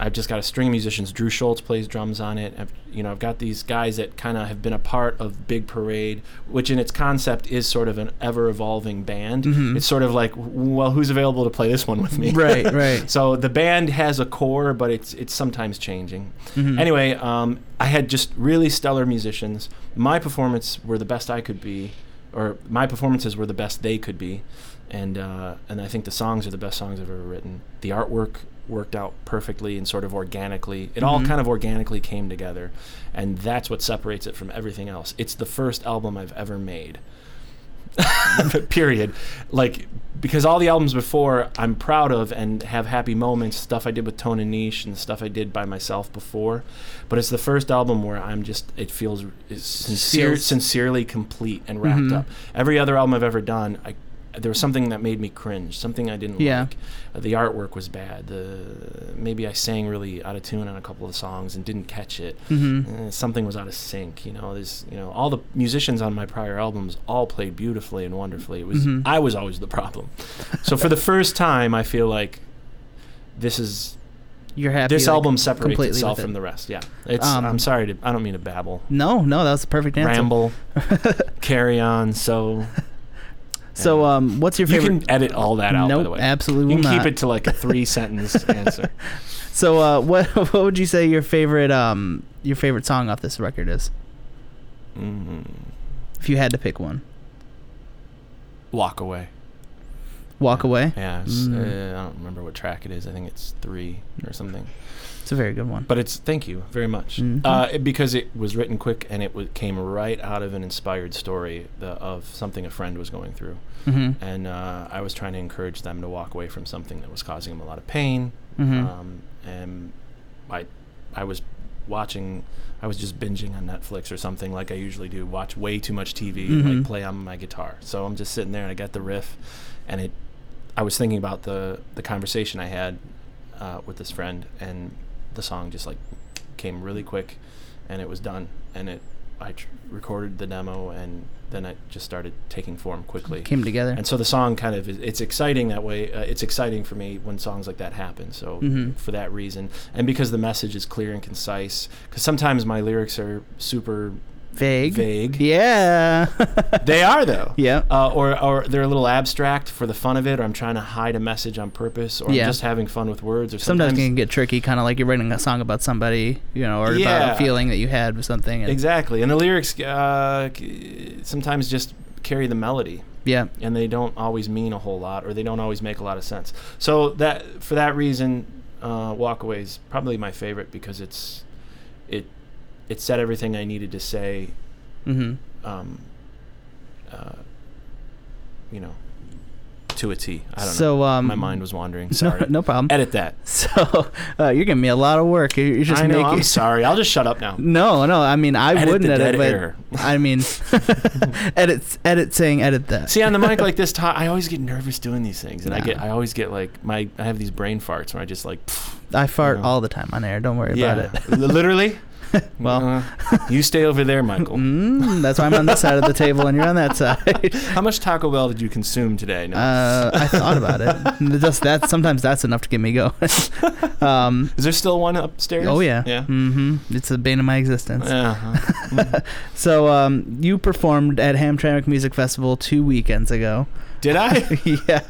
Speaker 2: I've just got a string of musicians. Drew Schultz plays drums on it. I've, you know, I've got these guys that kind of have been a part of Big Parade, which in its concept is sort of an ever-evolving band.
Speaker 1: Mhm.
Speaker 2: It's sort of like, well, who's available to play this one with me?
Speaker 1: Right, right.
Speaker 2: so the band has a core, but it's it's sometimes changing.
Speaker 1: Mhm.
Speaker 2: Anyway, um, I had just really stellar musicians. My performance were the best I could be, or my performances were the best they could be, and uh, and I think the songs are the best songs I've ever written. The artwork worked out perfectly and sort of organically. It all
Speaker 1: Mhm.
Speaker 2: kind of organically came together, and that's what separates it from everything else. It's the first album I've ever made. period like because all the albums before i'm proud of and have happy moments stuff i did with tone and niche and stuff i did by myself before but it's the first album where i'm just it feels is sincere,
Speaker 1: Feels-
Speaker 2: sincerely complete and wrapped
Speaker 1: Mhm.
Speaker 2: up every other album i've ever done i there was something that made me cringe something i didn't
Speaker 1: Yeah.
Speaker 2: like Uh, the artwork was bad the maybe i sang really out of tune on a couple of songs and didn't catch it
Speaker 1: Mhm.
Speaker 2: uh, something was out of sync. You know, there's you know all the musicians on my prior albums all played beautifully and wonderfully. It was
Speaker 1: Mhm.
Speaker 2: I was always the problem. so for the first time, I feel like this is
Speaker 1: You're happy.
Speaker 2: this
Speaker 1: like,
Speaker 2: album separates
Speaker 1: completely
Speaker 2: itself
Speaker 1: with it.
Speaker 2: from the rest. Yeah, it's.
Speaker 1: Um,
Speaker 2: I'm sorry to. I don't mean to babble,
Speaker 1: No, no, that was the perfect answer.
Speaker 2: ramble, carry on. So
Speaker 1: So, um, what's your
Speaker 2: You
Speaker 1: favorite?
Speaker 2: can edit all that out. by the
Speaker 1: nope,
Speaker 2: way.
Speaker 1: absolutely
Speaker 2: You
Speaker 1: will
Speaker 2: can
Speaker 1: not.
Speaker 2: keep it to like a three sentence answer.
Speaker 1: So, uh, what what would you say your favorite um your favorite song off this record is?
Speaker 2: Mm.
Speaker 1: If you had to pick one,
Speaker 2: Walk away.
Speaker 1: "Walk Away."
Speaker 2: Yeah, it's,
Speaker 1: Mm.
Speaker 2: uh, I don't remember what track it is. I think it's three or something.
Speaker 1: It's a very good one.
Speaker 2: But it's thank you very much
Speaker 1: Mhm.
Speaker 2: uh, it- because it was written quick and it w- came right out of an inspired story the, of something a friend was going through,
Speaker 1: hmm
Speaker 2: and uh, I was trying to encourage them to walk away from something that was causing them a lot of pain.
Speaker 1: hmm
Speaker 2: Um, and I, I was watching, I was just binging on Netflix or something like I usually do. Watch way too much TV, and
Speaker 1: Mhm.
Speaker 2: like play on my guitar. So I'm just sitting there and I got the riff, and it. I was thinking about the the conversation I had uh, with this friend, and the song just like came really quick, and it was done. And it, I tr- recorded the demo, and then it just started taking form quickly.
Speaker 1: Came together.
Speaker 2: And so the song kind of is, it's exciting that way. Uh, it's exciting for me when songs like that happen. So
Speaker 1: Mhm.
Speaker 2: for that reason, and because the message is clear and concise, because sometimes my lyrics are super
Speaker 1: Vague.
Speaker 2: vague.
Speaker 1: Yeah.
Speaker 2: They are though.
Speaker 1: Yeah.
Speaker 2: Uh, or, or they're a little abstract for the fun of it, or I'm trying to hide a message on purpose, or
Speaker 1: Yeah.
Speaker 2: I'm just having fun with words, or
Speaker 1: Sometimes
Speaker 2: sometimes,
Speaker 1: it can get tricky, kind of like you're writing a song about somebody, you know, or about
Speaker 2: Yeah.
Speaker 1: a feeling that you had with something. And,
Speaker 2: exactly. And the lyrics uh, c- sometimes just carry the melody.
Speaker 1: Yeah.
Speaker 2: and they don't always mean a whole lot or they don't always make a lot of sense so that for that reason uh, walkaway is probably my favorite because it's it it said everything i needed to say
Speaker 1: hmm
Speaker 2: um, uh, you know to a t i don't
Speaker 1: So,
Speaker 2: know
Speaker 1: um,
Speaker 2: my mind was wandering
Speaker 1: no-
Speaker 2: sorry
Speaker 1: No, problem.
Speaker 2: edit that
Speaker 1: So uh, you're giving me a lot of work. You're you're just
Speaker 2: i know
Speaker 1: making.
Speaker 2: i'm sorry i'll just shut up now
Speaker 1: No, no. I mean, I
Speaker 2: Edit the
Speaker 1: wouldn't edit,
Speaker 2: dead
Speaker 1: but
Speaker 2: air.
Speaker 1: I mean, edit, edit, saying edit that.
Speaker 2: See on the mic like this, Todd, I always get nervous doing these things, and I
Speaker 1: Nah.
Speaker 2: get, I always get like my, I have these brain farts where I just like, pfft,
Speaker 1: I fart
Speaker 2: No.
Speaker 1: all the time on air. Don't worry about it.
Speaker 2: L- Literally.
Speaker 1: Well.
Speaker 2: Uh, you stay over there, Michael.
Speaker 1: Uh-huh. Mm, that's why I'm on this side of the table and you're on that side.
Speaker 2: How much Taco Bell did you consume today? No.
Speaker 1: Uh, I thought about it. Just that sometimes that's enough to get me going. um,
Speaker 2: Is there still one upstairs?
Speaker 1: oh yeah,
Speaker 2: Yeah. Uh-huh.
Speaker 1: hmm It's the bane of my existence.
Speaker 2: Yeah, huh.
Speaker 1: So um, you performed at Hamtramck Music Festival two weekends ago.
Speaker 2: Did I?
Speaker 1: yeah. yeah.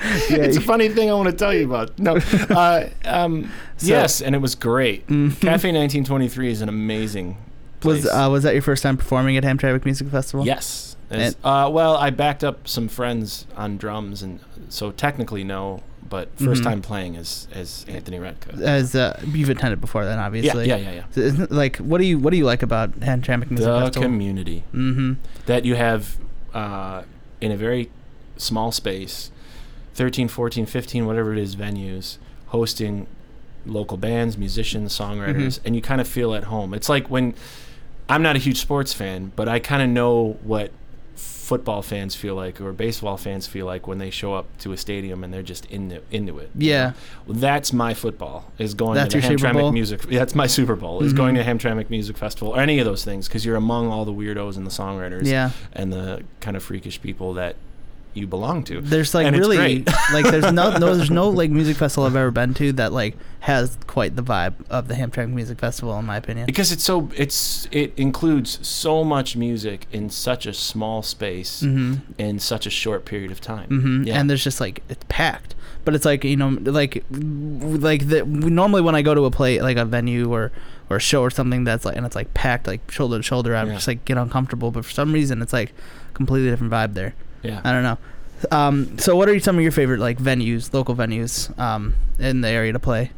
Speaker 2: it's a
Speaker 1: you-
Speaker 2: funny thing I want to tell you about. No. Uh, um,
Speaker 1: So-
Speaker 2: yes, and it was great.
Speaker 1: Mhm.
Speaker 2: Cafe 1923 is an amazing. Place.
Speaker 1: was uh, was that your first time performing at Hamtramck Music Festival?
Speaker 2: Yes. It's- uh, well, I backed up some friends on drums, and so technically no, but 1st
Speaker 1: Mhm.
Speaker 2: time playing as as Anthony Redka.
Speaker 1: As uh, you've attended before, then
Speaker 2: yeah,
Speaker 1: obviously.
Speaker 2: yeah, yeah, yeah.
Speaker 1: So isn't- Like, what do you what do you like about Hamtramck Music
Speaker 2: The
Speaker 1: Festival?
Speaker 2: community.
Speaker 1: mm-hmm.
Speaker 2: that you have uh, in a very small space 13 14 15 whatever it is venues hosting local bands musicians songwriters and you kind of feel at home it's like when i'm not a huge sports fan but i kind of know what football fans feel like or baseball fans feel like when they show up to a stadium and they're just into, into it
Speaker 1: Yeah.
Speaker 2: well, that's my football is going
Speaker 1: That's
Speaker 2: to the
Speaker 1: your Super Bowl?
Speaker 2: Hamtramck Music. yeah, That's my Super Bowl is
Speaker 1: Mhm.
Speaker 2: going to Hamtramck Music Festival or any of those things because you're among all the weirdos and the songwriters
Speaker 1: Yeah.
Speaker 2: and the kind of freakish people that you belong to.
Speaker 1: There's like
Speaker 2: And it's
Speaker 1: really
Speaker 2: great.
Speaker 1: like there's no, no there's no like music festival I've ever been to that like has quite the vibe of the Hamtramck Music Festival in my opinion.
Speaker 2: because it's so it's it includes so much music in such a small space
Speaker 1: hmm
Speaker 2: in such a short period of time.
Speaker 1: hmm
Speaker 2: Yeah.
Speaker 1: And there's just like it's packed, but it's like you know like w- like the normally when I go to a play like a venue or or a show or something that's like and it's like packed like shoulder to shoulder, I would
Speaker 2: Yeah.
Speaker 1: just like get uncomfortable. But for some reason, it's like completely different vibe there.
Speaker 2: yeah.
Speaker 1: I don't know. Um, so what are some of your favorite like venues, local venues um, in the area to play?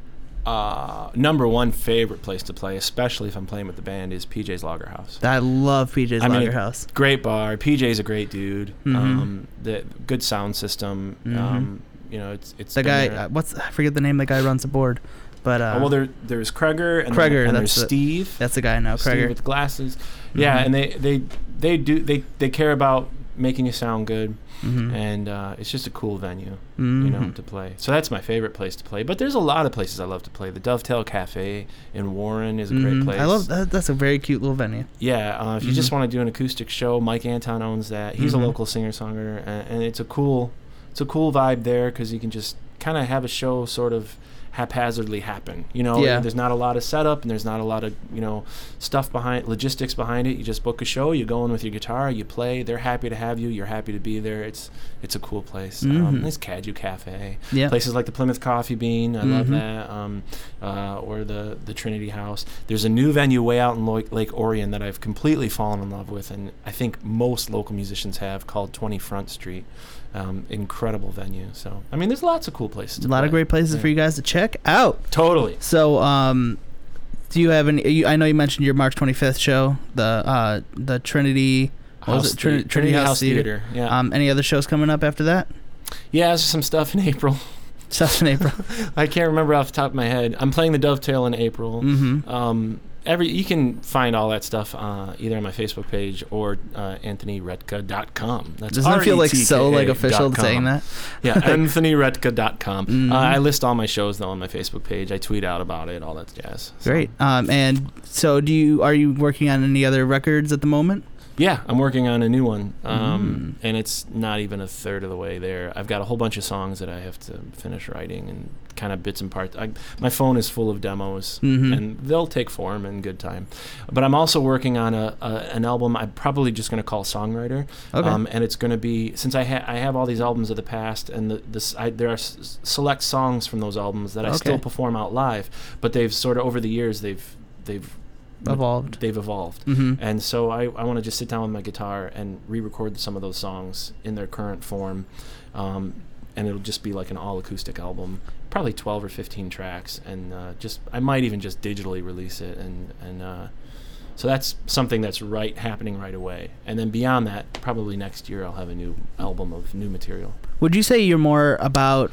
Speaker 2: Uh, number one favorite place to play, especially if I'm playing with the band, is PJ's Lager House.
Speaker 1: I love PJ's
Speaker 2: I mean,
Speaker 1: Lager House.
Speaker 2: great bar. PJ's a great dude.
Speaker 1: Mhm.
Speaker 2: Um, the good sound system.
Speaker 1: Mhm.
Speaker 2: Um, you know, it's it's
Speaker 1: The
Speaker 2: been
Speaker 1: guy,
Speaker 2: there.
Speaker 1: uh, what's I forget the name. of The guy who runs the board, but uh,
Speaker 2: Oh, well, there there's Kreger and,
Speaker 1: Kreger,
Speaker 2: and
Speaker 1: that's
Speaker 2: there's
Speaker 1: it.
Speaker 2: Steve.
Speaker 1: that's the guy I know,
Speaker 2: Steve
Speaker 1: Kreger.
Speaker 2: with glasses. Yeah,
Speaker 1: Mhm.
Speaker 2: and they they they do they they care about making you sound good,
Speaker 1: Mhm.
Speaker 2: and uh, it's just a cool venue, you know,
Speaker 1: Mhm.
Speaker 2: to play. So that's my favorite place to play. But there's a lot of places I love to play. The Dovetail Cafe in Warren is a great
Speaker 1: Mhm.
Speaker 2: place.
Speaker 1: I love that. That's a very cute little venue.
Speaker 2: Yeah, uh, if you
Speaker 1: Mhm.
Speaker 2: just want to do an acoustic show, Mike Anton owns that. He's
Speaker 1: Mhm.
Speaker 2: a local singer songwriter, and, and it's a cool, it's a cool vibe there because you can just kind of have a show sort of haphazardly happen. You know,
Speaker 1: Yeah.
Speaker 2: there's not a lot of setup and there's not a lot of you know stuff behind logistics behind it. You just book a show, you go in with your guitar, you play. They're happy to have you. You're happy to be there. It's it's a cool place. Um,
Speaker 1: Mhm.
Speaker 2: there's Cadu Cafe.
Speaker 1: Yeah.
Speaker 2: Places like the Plymouth Coffee Bean, I love
Speaker 1: Mhm.
Speaker 2: that. Um, uh, or the the Trinity House. There's a new venue way out in Lake, Lake Orion that I've completely fallen in love with, and I think most local musicians have called 20 Front Street. Um, incredible venue. So I mean, there's lots of cool places.
Speaker 1: a
Speaker 2: To
Speaker 1: lot of
Speaker 2: play.
Speaker 1: great places
Speaker 2: Yeah.
Speaker 1: for you guys to check out.
Speaker 2: Totally.
Speaker 1: So, um, do you have any? You, I know you mentioned your March 25th show, the uh, the Trinity. What was
Speaker 2: House
Speaker 1: it? Trin-
Speaker 2: Thea-
Speaker 1: Trinity, House, Theater.
Speaker 2: Yeah.
Speaker 1: Um, any other shows coming up after that?
Speaker 2: yeah. There's some stuff in April.
Speaker 1: Stuff in April.
Speaker 2: I can't remember off the top of my head. I'm playing the Dovetail in April.
Speaker 1: hmm
Speaker 2: Um, every you can find all that stuff uh, either on my Facebook page or uh, AnthonyRetka.com. That's E
Speaker 1: Doesn't it feel like so like
Speaker 2: R-E-T-K-A
Speaker 1: official
Speaker 2: dot com.
Speaker 1: saying that?
Speaker 2: Yeah, AnthonyRetka.com.
Speaker 1: Mhm.
Speaker 2: Uh, I list all my shows though on my Facebook page. I tweet out about it, all that jazz. So-
Speaker 1: Great. Um, and so, do you are you working on any other records at the moment?
Speaker 2: Yeah, I'm working on a new one, um,
Speaker 1: Mm.
Speaker 2: and it's not even a third of the way there. I've got a whole bunch of songs that I have to finish writing and kind of bits and parts. I, my phone is full of demos,
Speaker 1: Mhm.
Speaker 2: and they'll take form in good time. But I'm also working on a, a an album. I'm probably just going to call songwriter,
Speaker 1: Okay.
Speaker 2: um, and it's going to be since I ha- I have all these albums of the past, and the, this I, there are s- select songs from those albums that I still
Speaker 1: Okay.
Speaker 2: perform out live, but they've sort of over the years they've they've
Speaker 1: Evolved.
Speaker 2: They've evolved.
Speaker 1: hmm
Speaker 2: And so I, I want to just sit down with my guitar and re record some of those songs in their current form. Um, and it'll just be like an all acoustic album, probably 12 or 15 tracks. And uh, just, I might even just digitally release it. And, and uh, so that's something that's right happening right away. And then beyond that, probably next year I'll have a new album of new material.
Speaker 1: Would you say you're more about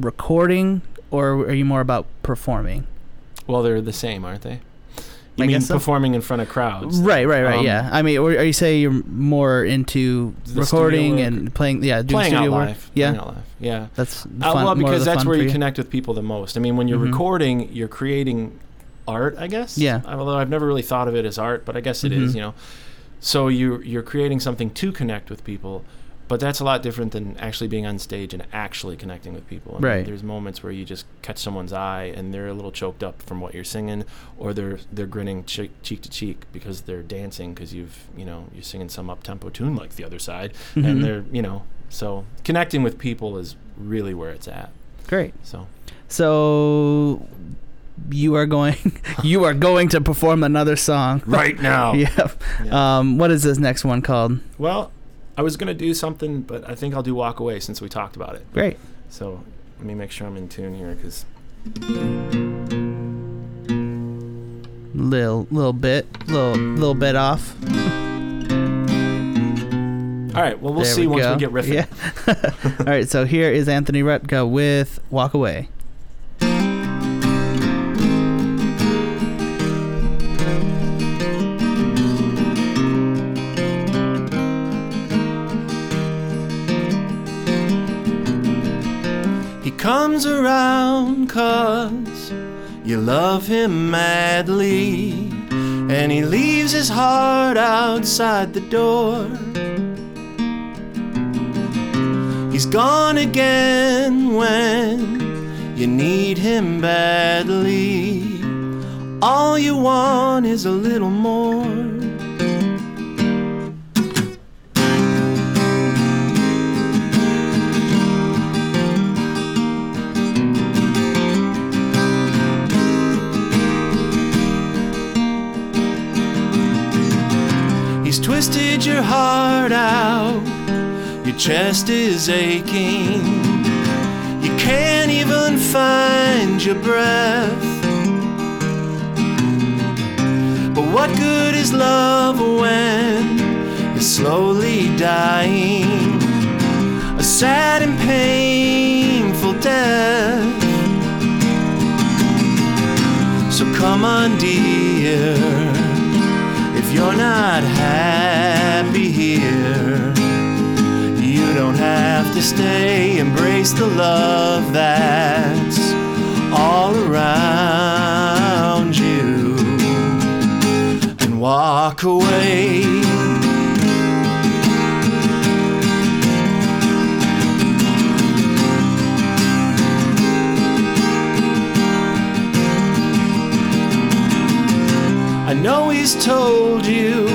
Speaker 1: recording, or are you more about performing?
Speaker 2: Well, they're the same, aren't they? You
Speaker 1: I
Speaker 2: mean
Speaker 1: guess so.
Speaker 2: performing in front of crowds?
Speaker 1: Right, right, right.
Speaker 2: Um,
Speaker 1: yeah. I mean, or are you say you're more into
Speaker 2: The
Speaker 1: recording
Speaker 2: studio work.
Speaker 1: and playing? Yeah, doing
Speaker 2: Playing out
Speaker 1: studio work.
Speaker 2: live.
Speaker 1: Yeah,
Speaker 2: Playing out live. Yeah.
Speaker 1: that's the
Speaker 2: Uh,
Speaker 1: fun.
Speaker 2: well,
Speaker 1: more of
Speaker 2: because
Speaker 1: the
Speaker 2: that's
Speaker 1: fun
Speaker 2: where
Speaker 1: for
Speaker 2: you,
Speaker 1: you.
Speaker 2: connect with people the most. I mean, when you're
Speaker 1: Mhm.
Speaker 2: recording, you're creating art, I guess.
Speaker 1: Yeah.
Speaker 2: Although I've never really thought of it as art, but I guess it is,
Speaker 1: Mhm.
Speaker 2: you know. So you you're creating something to connect with people, but that's a lot different than actually being on stage and actually connecting with people. I mean,
Speaker 1: Right.
Speaker 2: There's moments where you just catch someone's eye and they're a little choked up from what you're singing, or they're they're grinning cheek, cheek to cheek because they're dancing because you've you know you're singing some up tempo tune like the other side,
Speaker 1: Mhm.
Speaker 2: and they're you know so connecting with people is really where it's at.
Speaker 1: Great.
Speaker 2: So
Speaker 1: So you are going, you are going to perform another song.
Speaker 2: right now,
Speaker 1: yeah. Um, what is this next one called?
Speaker 2: well, I was gonna do something, but I think I'll do walk away since we talked about it.
Speaker 1: Great.
Speaker 2: So let me make sure I'm in tune here because
Speaker 1: Little little bit, little little bit off.
Speaker 2: all right, well we'll
Speaker 1: There
Speaker 2: see once
Speaker 1: go.
Speaker 2: we get riffing.
Speaker 1: Yeah. All right. So here is Anthony Repka with "Walk Away."
Speaker 2: He comes around 'cause you love him madly. And he leaves his heart outside the door. He's gone again when you need him badly. All you want is a little more. He's twisted your heart out. Your chest is aching. You can't even find your breath. But what good is love when you're slowly dying? A sad and painful death. So come on, dear. If you're not happy here, you don't have to stay. Embrace the love that's all around you and walk away.
Speaker 3: I know he's told you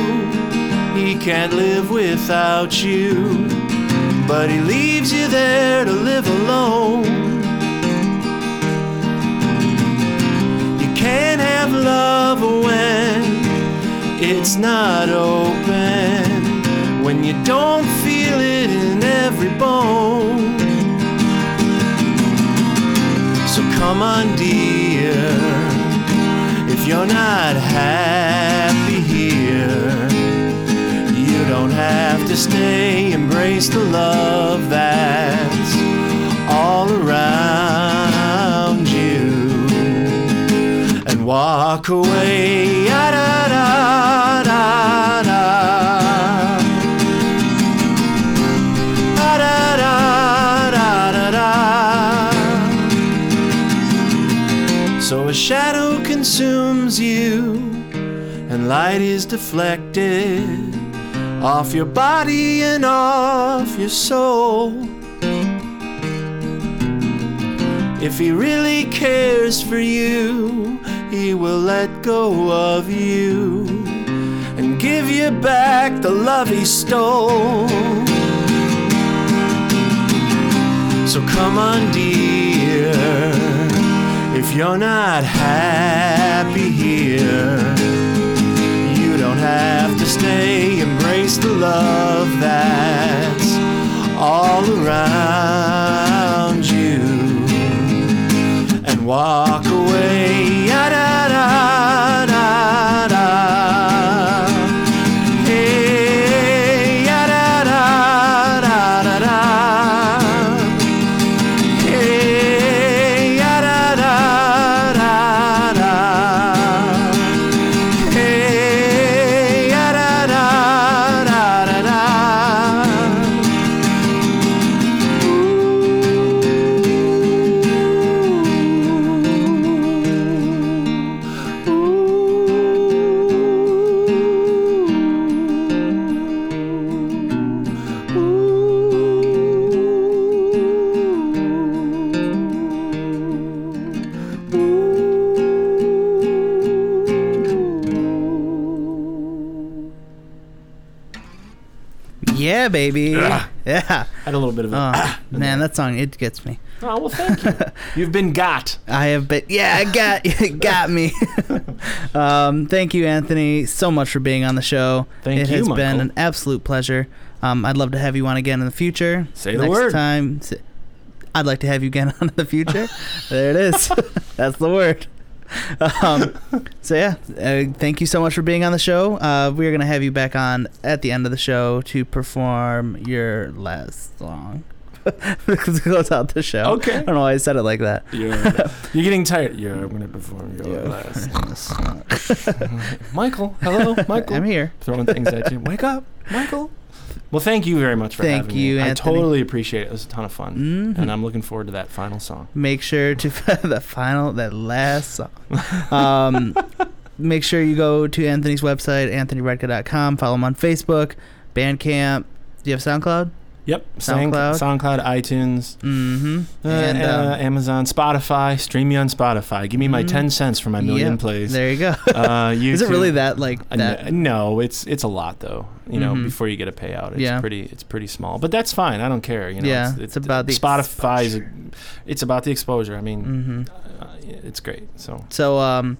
Speaker 3: he can't live without you, but he leaves you there to live alone. You can't have love when it's not open, when you don't feel it in every bone. So come on, dear. If you're not happy here, you don't have to stay. Embrace the love that's all around you and walk away. Ya da da da da. Da da Ah, da da da da. So a shadow consumes you, and light is deflected off your body and off your soul. If he really cares for you, he will let go of you and give you back the love he stole. So come on, dear. If you're not happy here, you don't have to stay. Embrace the love that's all around you and walk away. Ya da da da da. Hey, ya da da da da da. Hey, ya da da da da. Hey, ya da da da da da.
Speaker 1: Yeah, baby. Yeah.
Speaker 3: Had a little bit of a.
Speaker 1: Oh, man, that song it gets me.
Speaker 3: oh well, thank you. You've been got.
Speaker 1: I have been. Yeah, I got it got me. um, thank you, Anthony, so much for being on the show.
Speaker 3: Thank
Speaker 1: it
Speaker 3: you,
Speaker 1: has been
Speaker 3: Michael.
Speaker 1: an absolute pleasure. Um, I'd love to have you on again in the future.
Speaker 3: Say the
Speaker 1: Next
Speaker 3: word.
Speaker 1: time. s- I'd like to have you again on in the future. there it is. That's the word. Um, so yeah, uh, thank you so much for being on the show. Uh, we are gonna have you back on at the end of the show to perform your last song. to close out the show.
Speaker 3: Okay.
Speaker 1: I don't know why I said it like that.
Speaker 3: You're, you're getting tired. Yeah, I'm gonna perform your
Speaker 1: Yeah.
Speaker 3: last. Michael, hello, Michael.
Speaker 1: I'm here.
Speaker 3: throwing things at you. Wake up, Michael. Well, thank you very much for
Speaker 1: Thank
Speaker 3: having
Speaker 1: you,
Speaker 3: me. I
Speaker 1: Anthony.
Speaker 3: totally appreciate it. It was a ton of fun,
Speaker 1: Mhm.
Speaker 3: and I'm looking forward to that final song.
Speaker 1: Make sure to the final that last song. Um, make sure you go to Anthony's website, anthonyredka.com. Follow him on Facebook, Bandcamp. Do you have SoundCloud?
Speaker 3: Yep, Sound-
Speaker 1: SoundCloud.
Speaker 3: SoundCloud, iTunes,
Speaker 1: Mm-hmm.
Speaker 3: uh,
Speaker 1: and
Speaker 3: uh,
Speaker 1: um,
Speaker 3: Amazon, Spotify. Stream me on Spotify. Give me my
Speaker 1: Mhm.
Speaker 3: ten cents for my million
Speaker 1: yeah,
Speaker 3: plays.
Speaker 1: There you go.
Speaker 3: Uh,
Speaker 1: Is it
Speaker 3: YouTube.
Speaker 1: really that like
Speaker 3: Uh,
Speaker 1: that?
Speaker 3: n- No, it's it's a lot though. You know,
Speaker 1: Mhm.
Speaker 3: before you get a payout, it's
Speaker 1: Yeah.
Speaker 3: pretty it's pretty small. But that's fine. I don't care. You know,
Speaker 1: Yeah, it's
Speaker 3: it's,
Speaker 1: about the
Speaker 3: Spotify's.
Speaker 1: exposure.
Speaker 3: It's about the exposure. I mean,
Speaker 1: Mm-hmm.
Speaker 3: uh, it's great. So
Speaker 1: So um,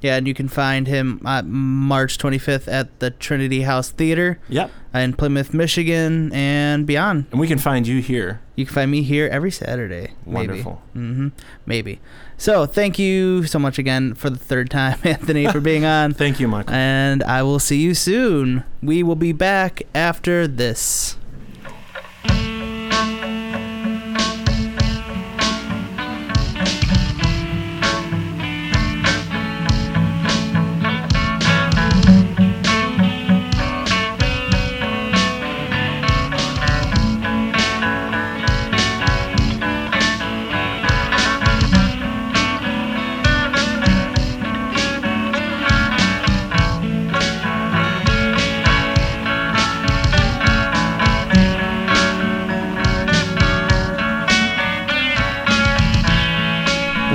Speaker 1: yeah, and you can find him at March 25th at the Trinity House Theater
Speaker 3: yep,
Speaker 1: in Plymouth, Michigan, and beyond.
Speaker 3: and we can find you here.
Speaker 1: You can find me here every Saturday.
Speaker 3: Wonderful.
Speaker 1: Maybe. hmm Maybe. So thank you so much again for the third time, Anthony, for being on.
Speaker 3: Thank you, Michael.
Speaker 1: And I will see you soon. We will be back after this.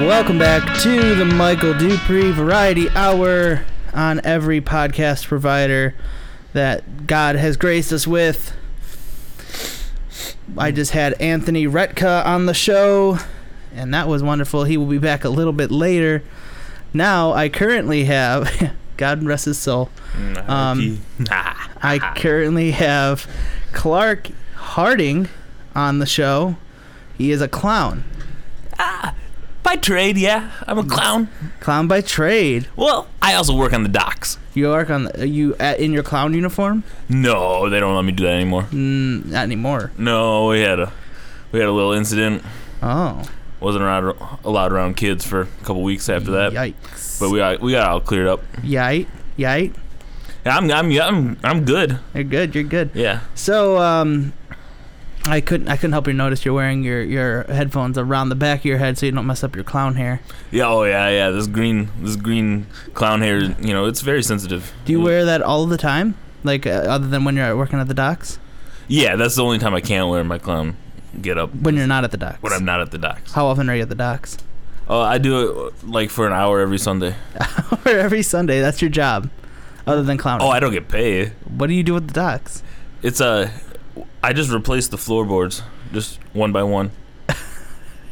Speaker 1: Welcome back to the Michael Dupree Variety Hour. on every podcast provider that God has graced us with. I just had Anthony Retka on the show, and that was wonderful. He will be back a little bit later. Now, I currently have, God rest his soul, Um, I currently have Clark Harding on the show. He is a clown.
Speaker 4: By trade, yeah, I'm a clown.
Speaker 1: Clown by trade.
Speaker 4: Well, I also work on the docks.
Speaker 1: You work on the, are you at, in your clown uniform?
Speaker 4: No, they don't let me do that anymore.
Speaker 1: Mm, not anymore.
Speaker 4: No, we had a we had a little incident.
Speaker 1: Oh,
Speaker 4: Wasn't around, allowed around kids for a couple weeks after that.
Speaker 1: yikes!
Speaker 4: But we got, we got all cleared up.
Speaker 1: yike, yike.
Speaker 4: Yeah, I'm I'm I'm I'm good.
Speaker 1: You're good. You're good.
Speaker 4: Yeah.
Speaker 1: So, um, I couldn't I couldn't help but notice you're wearing your your headphones around the back of your head so you don't mess up your clown hair.
Speaker 4: Yeah. Oh yeah. Yeah. This green this green clown hair. You know, it's very sensitive.
Speaker 1: Do you wear that all the time? Like uh, other than when you're working at the docks,
Speaker 4: Yeah, that's the only time I can't wear my clown get up
Speaker 1: when you're not at the docks.
Speaker 4: when I'm not at the docks.
Speaker 1: How often are you at the docks?
Speaker 4: Oh, I do it like for an hour every Sunday.
Speaker 1: Or every Sunday. That's your job. Other than clowning.
Speaker 4: Oh, I don't get paid.
Speaker 1: what do you do with the docks?
Speaker 4: It's a. I just replaced the floorboards, just one by one.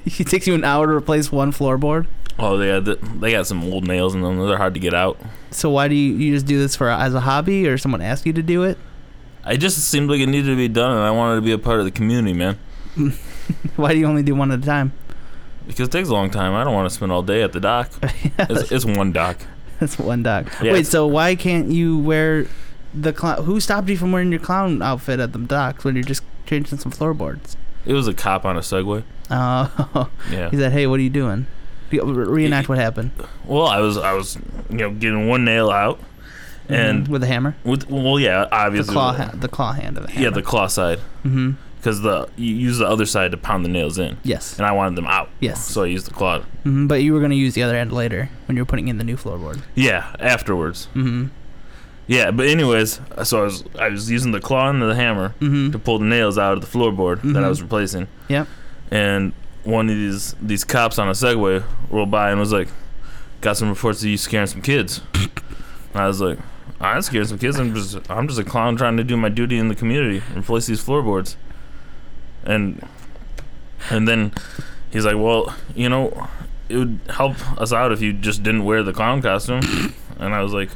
Speaker 1: It takes you an hour to replace one floorboard.
Speaker 4: Oh, they had the, they got some old nails in them. They're hard to get out.
Speaker 1: So why do you you just do this for as a hobby or someone asked you to do it?
Speaker 4: I just seemed like it needed to be done, and I wanted to be a part of the community, man.
Speaker 1: Why do you only do one at a time?
Speaker 4: Because it takes a long time. I don't want to spend all day at the dock. It's, it's one dock.
Speaker 1: That's one doc.
Speaker 4: Yeah.
Speaker 1: Wait, so why can't you wear the clown? Who stopped you from wearing your clown outfit at the docks when you're just changing some floorboards?
Speaker 4: It was a cop on a Segway.
Speaker 1: Oh,
Speaker 4: Yeah.
Speaker 1: he said, "Hey, what are you doing?" Re- Reenact what happened
Speaker 4: Well, I was I was you know getting one nail out, and
Speaker 1: with a hammer,
Speaker 4: with well yeah
Speaker 1: Mm-hmm. the
Speaker 4: obviously
Speaker 1: claw, ha- the claw hand of a hammer.
Speaker 4: yeah the claw side
Speaker 1: mm-hmm.
Speaker 4: because the you use the other side to pound the nails in,
Speaker 1: yes,
Speaker 4: and I wanted them out.
Speaker 1: Yes.
Speaker 4: So I used the claw.
Speaker 1: hmm but you were gonna use the other end later when you were putting in the new floorboard.
Speaker 4: Yeah. Afterwards.
Speaker 1: Mm-hmm.
Speaker 4: Yeah. But anyways, so I was I was using the claw and the hammer to
Speaker 1: Mm-hmm.
Speaker 4: pull the nails out of the floorboard that I
Speaker 1: Mhm.
Speaker 4: was replacing.
Speaker 1: Yep.
Speaker 4: And one of these these cops on a Segway rolled by and was like, "Got some reports of you scaring some kids." and I was like, "I ain't scaring some kids. I'm just I'm just a clown trying to do my duty in the community and replace these floorboards." And and then he's like, "Well, you know, it would help us out if you just didn't wear the clown costume." and I was like,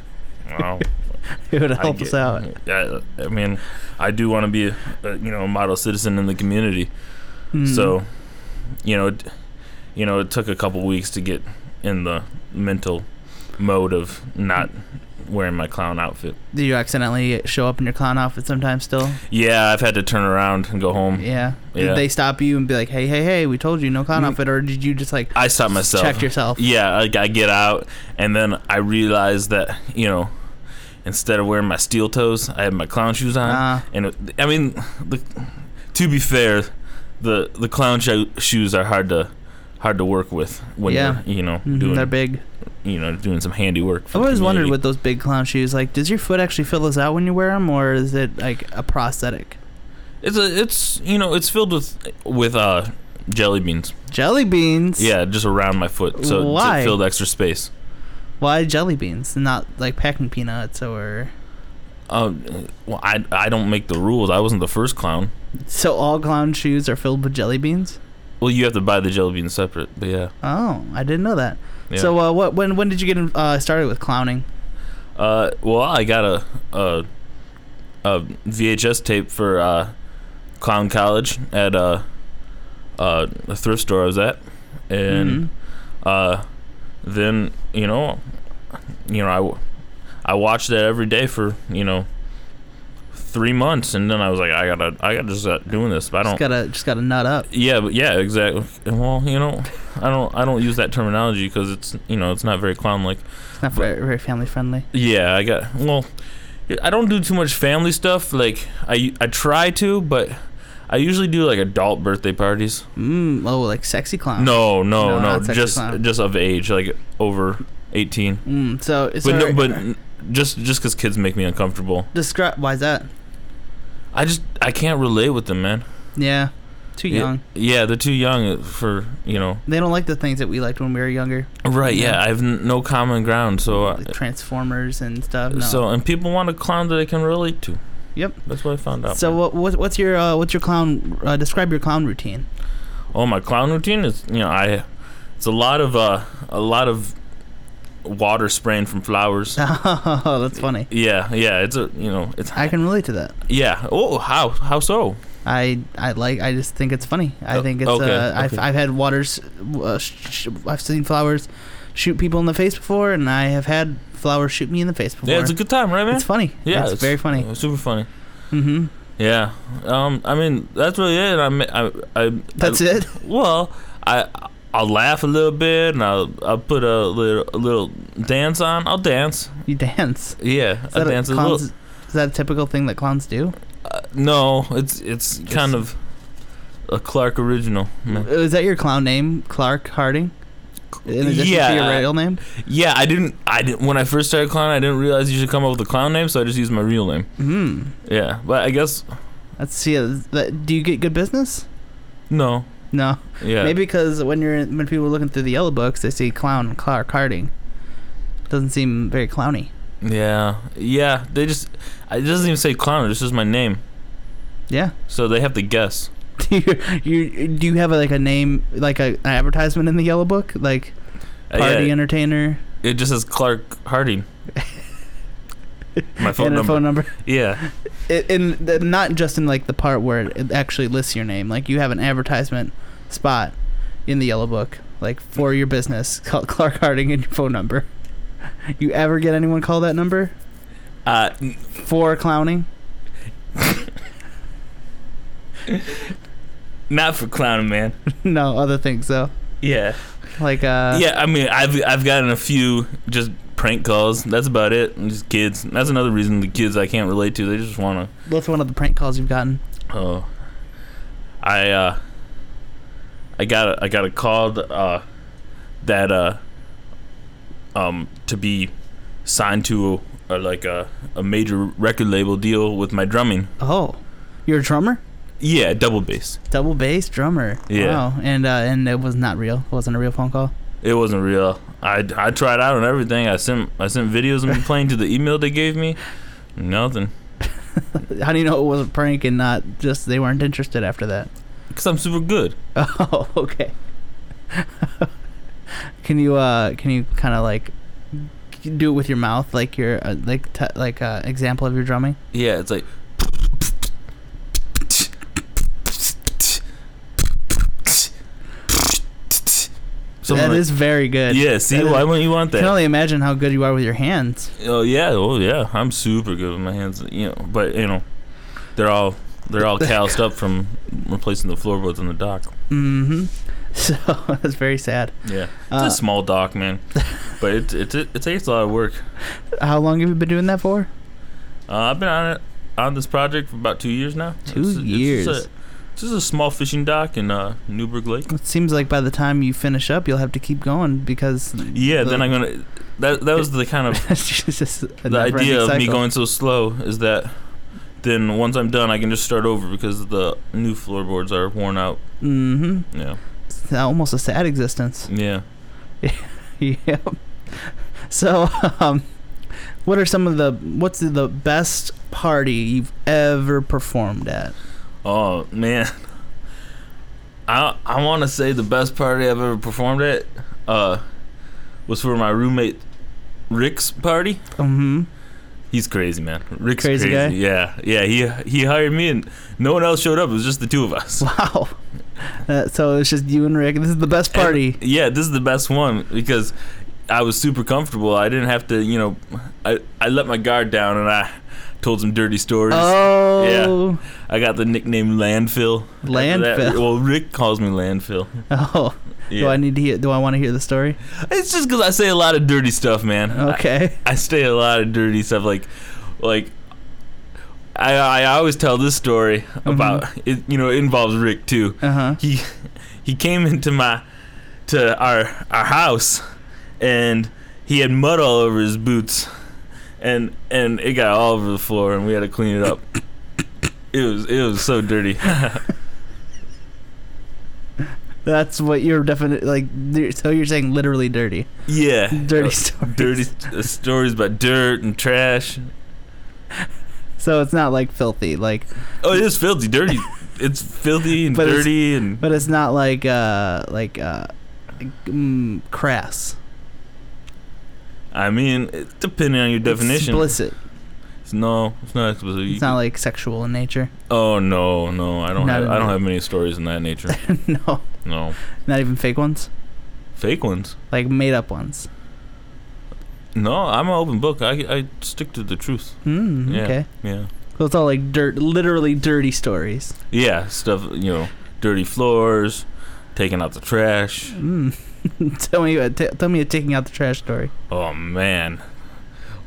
Speaker 4: "Wow."
Speaker 1: It would
Speaker 4: I
Speaker 1: help
Speaker 4: get-
Speaker 1: us out.
Speaker 4: Yeah, I mean, I do want to be, a, a, you know, a model citizen in the community.
Speaker 1: Mm.
Speaker 4: So, you know, it, you know, it took a couple weeks to get in the mental mode of not wearing my clown outfit.
Speaker 1: do you accidentally show up in your clown outfit sometimes still?
Speaker 4: Yeah, I've had to turn around and go home.
Speaker 1: Yeah.
Speaker 4: Yeah.
Speaker 1: Did they stop you and be like, "Hey, hey, hey, we told you no clown
Speaker 4: Mm.
Speaker 1: outfit," or did you just like
Speaker 4: I stopped myself.
Speaker 1: check yourself?
Speaker 4: Yeah, like I get out, and then I realize that you know, instead of wearing my steel toes, I had my clown shoes on.
Speaker 1: Ah.
Speaker 4: And it, I mean, the, to be fair, the the clown sho- shoes are hard to hard to work with when
Speaker 1: Yeah.
Speaker 4: you're you know
Speaker 1: Mhm, they're
Speaker 4: doing
Speaker 1: big.
Speaker 4: you know doing some handiwork.
Speaker 1: I've
Speaker 4: for the
Speaker 1: always wondered
Speaker 4: community.
Speaker 1: with those big clown shoes, like, does your foot actually fill this out when you wear them, or is it like a prosthetic?
Speaker 4: it's a, it's you know it's filled with with uh jelly beans.
Speaker 1: Jelly beans.
Speaker 4: Yeah, just around my foot, so
Speaker 1: Why?
Speaker 4: to fill the extra space.
Speaker 1: Why jelly beans, not like packing peanuts or?
Speaker 4: Um, well, I I don't make the rules. I wasn't the first clown.
Speaker 1: So all clown shoes are filled with jelly beans.
Speaker 4: Well, you have to buy the jelly beans separate, but yeah.
Speaker 1: Oh, I didn't know that.
Speaker 4: yeah.
Speaker 1: So uh, what? When when did you get in- uh, started with clowning?
Speaker 4: Uh, well, I got a, a, a VHS tape for uh, Clown College at uh, uh, a thrift store I was at,
Speaker 1: Mm-hmm.
Speaker 4: and uh, then you know, you know, I, w- I watched that every day for you know three months, and then I was like, I gotta, I gotta just stop doing this. But I
Speaker 1: just
Speaker 4: don't.
Speaker 1: gotta just gotta nut up.
Speaker 4: yeah, but yeah, exactly. And Well, you know, I don't, I don't use that terminology because it's, you know, it's not very clown like.
Speaker 1: It's not very, very family friendly.
Speaker 4: Yeah, I got well. I don't do too much family stuff. Like I, I try to, but I usually do like adult birthday parties.
Speaker 1: Mm, oh, like sexy clown.
Speaker 4: No, no,
Speaker 1: No,
Speaker 4: no,
Speaker 1: not sex
Speaker 4: just
Speaker 1: clown.
Speaker 4: just of age, like over eighteen.
Speaker 1: Mm, so it's
Speaker 4: But no,
Speaker 1: alright.
Speaker 4: but n- just just because kids make me uncomfortable,
Speaker 1: describe. Why is that?
Speaker 4: I just I can't relate with them, man.
Speaker 1: Yeah. Too
Speaker 4: Yeah.
Speaker 1: young.
Speaker 4: Yeah, they're too young for you know.
Speaker 1: They don't like the things that we liked when we were younger,
Speaker 4: Right. Yeah, I have n- no common ground. So, uh,
Speaker 1: like Transformers and stuff. No.
Speaker 4: so and people want a clown that they can relate to.
Speaker 1: Yep.
Speaker 4: That's what I found out.
Speaker 1: So what, what what's your uh, what's your clown? Uh, describe your clown routine.
Speaker 4: Oh, my clown routine is you know I, it's a lot of uh a lot of water spraying from flowers.
Speaker 1: Oh, that's funny.
Speaker 4: Yeah, yeah, it's a you know it's
Speaker 1: I can relate to that.
Speaker 4: yeah. Oh, how how so?
Speaker 1: I I like I just think it's funny. I
Speaker 4: Oh,
Speaker 1: think it's
Speaker 4: okay,
Speaker 1: uh, I've,
Speaker 4: okay.
Speaker 1: I've had waters uh, sh- sh- I've seen flowers shoot people in the face before, and I have had flowers shoot me in the face before.
Speaker 4: Yeah, it's a good time, right, man?
Speaker 1: It's funny.
Speaker 4: yeah,
Speaker 1: it's, very funny.
Speaker 4: uh, super funny.
Speaker 1: hmm
Speaker 4: Yeah. Um, I mean that's really it. I mean, I I
Speaker 1: That's
Speaker 4: I-
Speaker 1: it.
Speaker 4: Well, I I'll laugh a little bit and I'll I'll put a little a little dance on. I'll dance.
Speaker 1: You dance.
Speaker 4: Yeah,
Speaker 1: Is
Speaker 4: I
Speaker 1: that,
Speaker 4: dance
Speaker 1: a
Speaker 4: a little.
Speaker 1: clowns, is that a typical thing that clowns do?
Speaker 4: Uh, no, it's it's kind of a Clark original. man.
Speaker 1: Uh, Is that your clown name, Clark Harding? In addition to your
Speaker 4: Yeah.
Speaker 1: real name.
Speaker 4: Yeah, I didn't. I didn't. When I first started clowning, I didn't realize you should come up with a clown name, so I just used my real name.
Speaker 1: Hmm.
Speaker 4: Yeah, but I guess
Speaker 1: Let's see. uh, is That, do you get good business?
Speaker 4: no.
Speaker 1: No.
Speaker 4: Yeah.
Speaker 1: Maybe because when you're when people are looking through the yellow books, they see clown and Clark Harding. Doesn't seem very clowny.
Speaker 4: Yeah. Yeah. They just. It doesn't even say clown. It's just my name.
Speaker 1: Yeah.
Speaker 4: So they have to guess.
Speaker 1: Do you, you do you have like a name like a, an advertisement in the yellow book like
Speaker 4: Uh,
Speaker 1: party
Speaker 4: yeah,
Speaker 1: entertainer
Speaker 4: it just says Clark Harding. my phone
Speaker 1: and a
Speaker 4: number.
Speaker 1: phone number
Speaker 4: Yeah.
Speaker 1: it, and th- not just in like the part where it actually lists your name like you have an advertisement spot in the yellow book like for your business called Clark Harding and your phone number. You ever get anyone call that number
Speaker 4: Uh, n-
Speaker 1: for clowning?
Speaker 4: not for clowning, man.
Speaker 1: no, other things though.
Speaker 4: Yeah.
Speaker 1: Like uh
Speaker 4: yeah. I mean, I've I've gotten a few just prank calls. That's about it. And just kids. That's another reason the kids I can't relate to. They just wanna.
Speaker 1: What's one of the prank calls you've gotten?
Speaker 4: Oh, I uh, I got a, I got a call uh, that uh, um, to be signed to uh, like a a major record label deal with my drumming.
Speaker 1: Oh, you're a drummer,
Speaker 4: Yeah, double bass.
Speaker 1: double bass drummer.
Speaker 4: Yeah.
Speaker 1: Wow. And uh, and it was not real. It wasn't a real phone call.
Speaker 4: It wasn't real. I, I tried out on everything. I sent I sent videos of me playing to the email they gave me. Nothing,
Speaker 1: How do you know it was a prank and not just they weren't interested after that?
Speaker 4: cause I'm super good.
Speaker 1: Oh, okay. can you uh can you kind of like do it with your mouth like your uh, like t- like uh, example of your drumming?
Speaker 4: Yeah, it's like.
Speaker 1: That is
Speaker 4: Something like-
Speaker 1: very good.
Speaker 4: Yeah, see,
Speaker 1: That is-
Speaker 4: why wouldn't you want
Speaker 1: I can
Speaker 4: that?
Speaker 1: only imagine how good you are with your hands.
Speaker 4: Oh yeah, oh yeah, I'm super good with my hands. You know, but you know, they're all they're all calloused up from replacing the floorboards on the dock.
Speaker 1: Mm-hmm. So that's very sad.
Speaker 4: Yeah, it's
Speaker 1: Uh,
Speaker 4: a small dock, man, but it it, it, it takes a lot of work.
Speaker 1: how long have you been doing that for?
Speaker 4: Uh, I've been on it on this project for about two years now.
Speaker 1: Two
Speaker 4: just
Speaker 1: years.
Speaker 4: a, it's just a small fishing dock in uh, Newburgh Lake.
Speaker 1: It seems like by the time you finish up, you'll have to keep going because
Speaker 4: Yeah,
Speaker 1: the-
Speaker 4: then I'm gonna. That that was the kind of
Speaker 1: it's just a
Speaker 4: the
Speaker 1: never-ending
Speaker 4: idea of me
Speaker 1: cycle.
Speaker 4: going so slow is that then once I'm done, I can just start over because the new floorboards are worn out.
Speaker 1: Mhm.
Speaker 4: Yeah,
Speaker 1: It's almost a sad existence.
Speaker 4: yeah.
Speaker 1: yep. So, um, what are some of the what's the best party you've ever performed at?
Speaker 4: Oh man, I I want to say the best party I've ever performed at uh, was for my roommate Rick's party.
Speaker 1: Mm-hmm.
Speaker 4: He's crazy, man. Rick's
Speaker 1: Crazy
Speaker 4: crazy,
Speaker 1: guy?
Speaker 4: Yeah, yeah. He he hired me, and no one else showed up. It was just the two of us.
Speaker 1: Wow. Uh, so it's just you and Rick. This is the best
Speaker 4: And-
Speaker 1: party.
Speaker 4: yeah, this is the best one because I was super comfortable. I didn't have to, you know, I I let my guard down and I told some dirty stories.
Speaker 1: oh.
Speaker 4: I got the nickname Landfill. after that.
Speaker 1: Landfill.
Speaker 4: well, Rick calls me Landfill.
Speaker 1: Oh. Do
Speaker 4: Yeah.
Speaker 1: I need to hear? Do I want to hear the story?
Speaker 4: It's just because I say a lot of dirty stuff, man.
Speaker 1: Okay.
Speaker 4: I, I say a lot of dirty stuff, like, like. I, I always tell this story
Speaker 1: Mm-hmm.
Speaker 4: about it. You know, it involves Rick too.
Speaker 1: Uh huh.
Speaker 4: He he came into my to our our house, and he had mud all over his boots, and and it got all over the floor, and we had to clean it up. it was it was so dirty.
Speaker 1: That's what you're definitely like. th- So you're saying literally dirty,
Speaker 4: Yeah.
Speaker 1: dirty
Speaker 4: Uh,
Speaker 1: stories.
Speaker 4: dirty st- uh, stories about dirt and trash.
Speaker 1: So it's not like filthy, like,
Speaker 4: Oh, it is filthy, dirty. It's filthy and
Speaker 1: But it's-
Speaker 4: dirty and
Speaker 1: but it's not like uh like uh like, mm, crass.
Speaker 4: I mean, it, depending on your definition.
Speaker 1: Explicit.
Speaker 4: It's- no, it's not explicit. You
Speaker 1: It's not like sexual in nature.
Speaker 4: can- oh no, no, I don't
Speaker 1: Not
Speaker 4: have
Speaker 1: in
Speaker 4: I don't
Speaker 1: the-
Speaker 4: have many stories in that nature.
Speaker 1: no,
Speaker 4: no.
Speaker 1: not even fake ones.
Speaker 4: Fake ones.
Speaker 1: Like made up ones.
Speaker 4: No, I'm an open book. I, I stick to the truth.
Speaker 1: Mm,
Speaker 4: Yeah.
Speaker 1: Okay.
Speaker 4: Yeah.
Speaker 1: So it's all like dirt, literally dirty stories.
Speaker 4: Yeah, stuff, you know, dirty floors, taking out the trash.
Speaker 1: Mm. tell me, a- t- tell me a taking out the trash story.
Speaker 4: Oh man.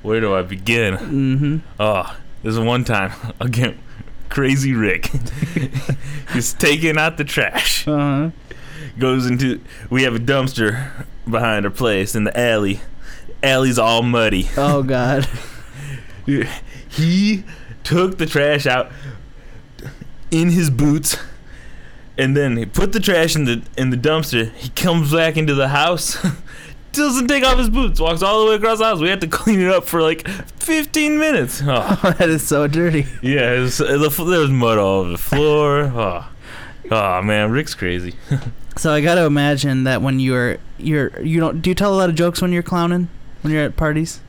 Speaker 4: Where do I begin?
Speaker 1: Mm-hmm.
Speaker 4: Oh, this is one time again. Crazy Rick. He's taking out the trash.
Speaker 1: Uh-huh.
Speaker 4: Goes into. We have a dumpster behind our place in the alley. Alley's all muddy.
Speaker 1: Oh God.
Speaker 4: He took the trash out in his boots, and then he put the trash in the in the dumpster. He comes back into the house. Doesn't take off his boots. Walks all the way across the house. We had to clean it up for like 15 minutes. Oh.
Speaker 1: that is so dirty.
Speaker 4: Yeah, it was, uh, the, fl- there was mud all over the floor. Oh, oh man, Rick's crazy.
Speaker 1: So I got to imagine that when you're you're you don't do you tell a lot of jokes when you're clowning when you're at parties.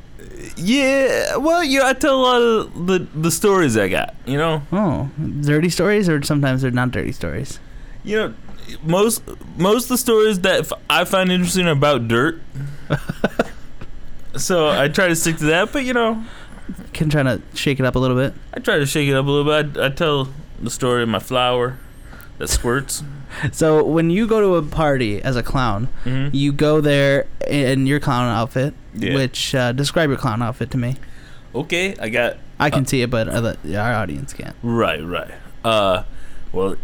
Speaker 4: Yeah, well, you know, I tell a lot of the, the stories I got. You know,
Speaker 1: Oh, dirty stories or sometimes they're not dirty stories.
Speaker 4: you know, most most of the stories that f- I find interesting are about dirt. so I try to stick to that, but you know,
Speaker 1: Can try to shake it up a little bit.
Speaker 4: I try to shake it up a little bit. I, I tell the story of my flower that squirts.
Speaker 1: So when you go to a party as a clown,
Speaker 4: hmm
Speaker 1: you go there in your clown outfit.
Speaker 4: Yeah.
Speaker 1: Which uh, describe your clown outfit to me.
Speaker 4: Okay, I got
Speaker 1: I can see it, but other, our audience can't.
Speaker 4: right, right. Uh, well,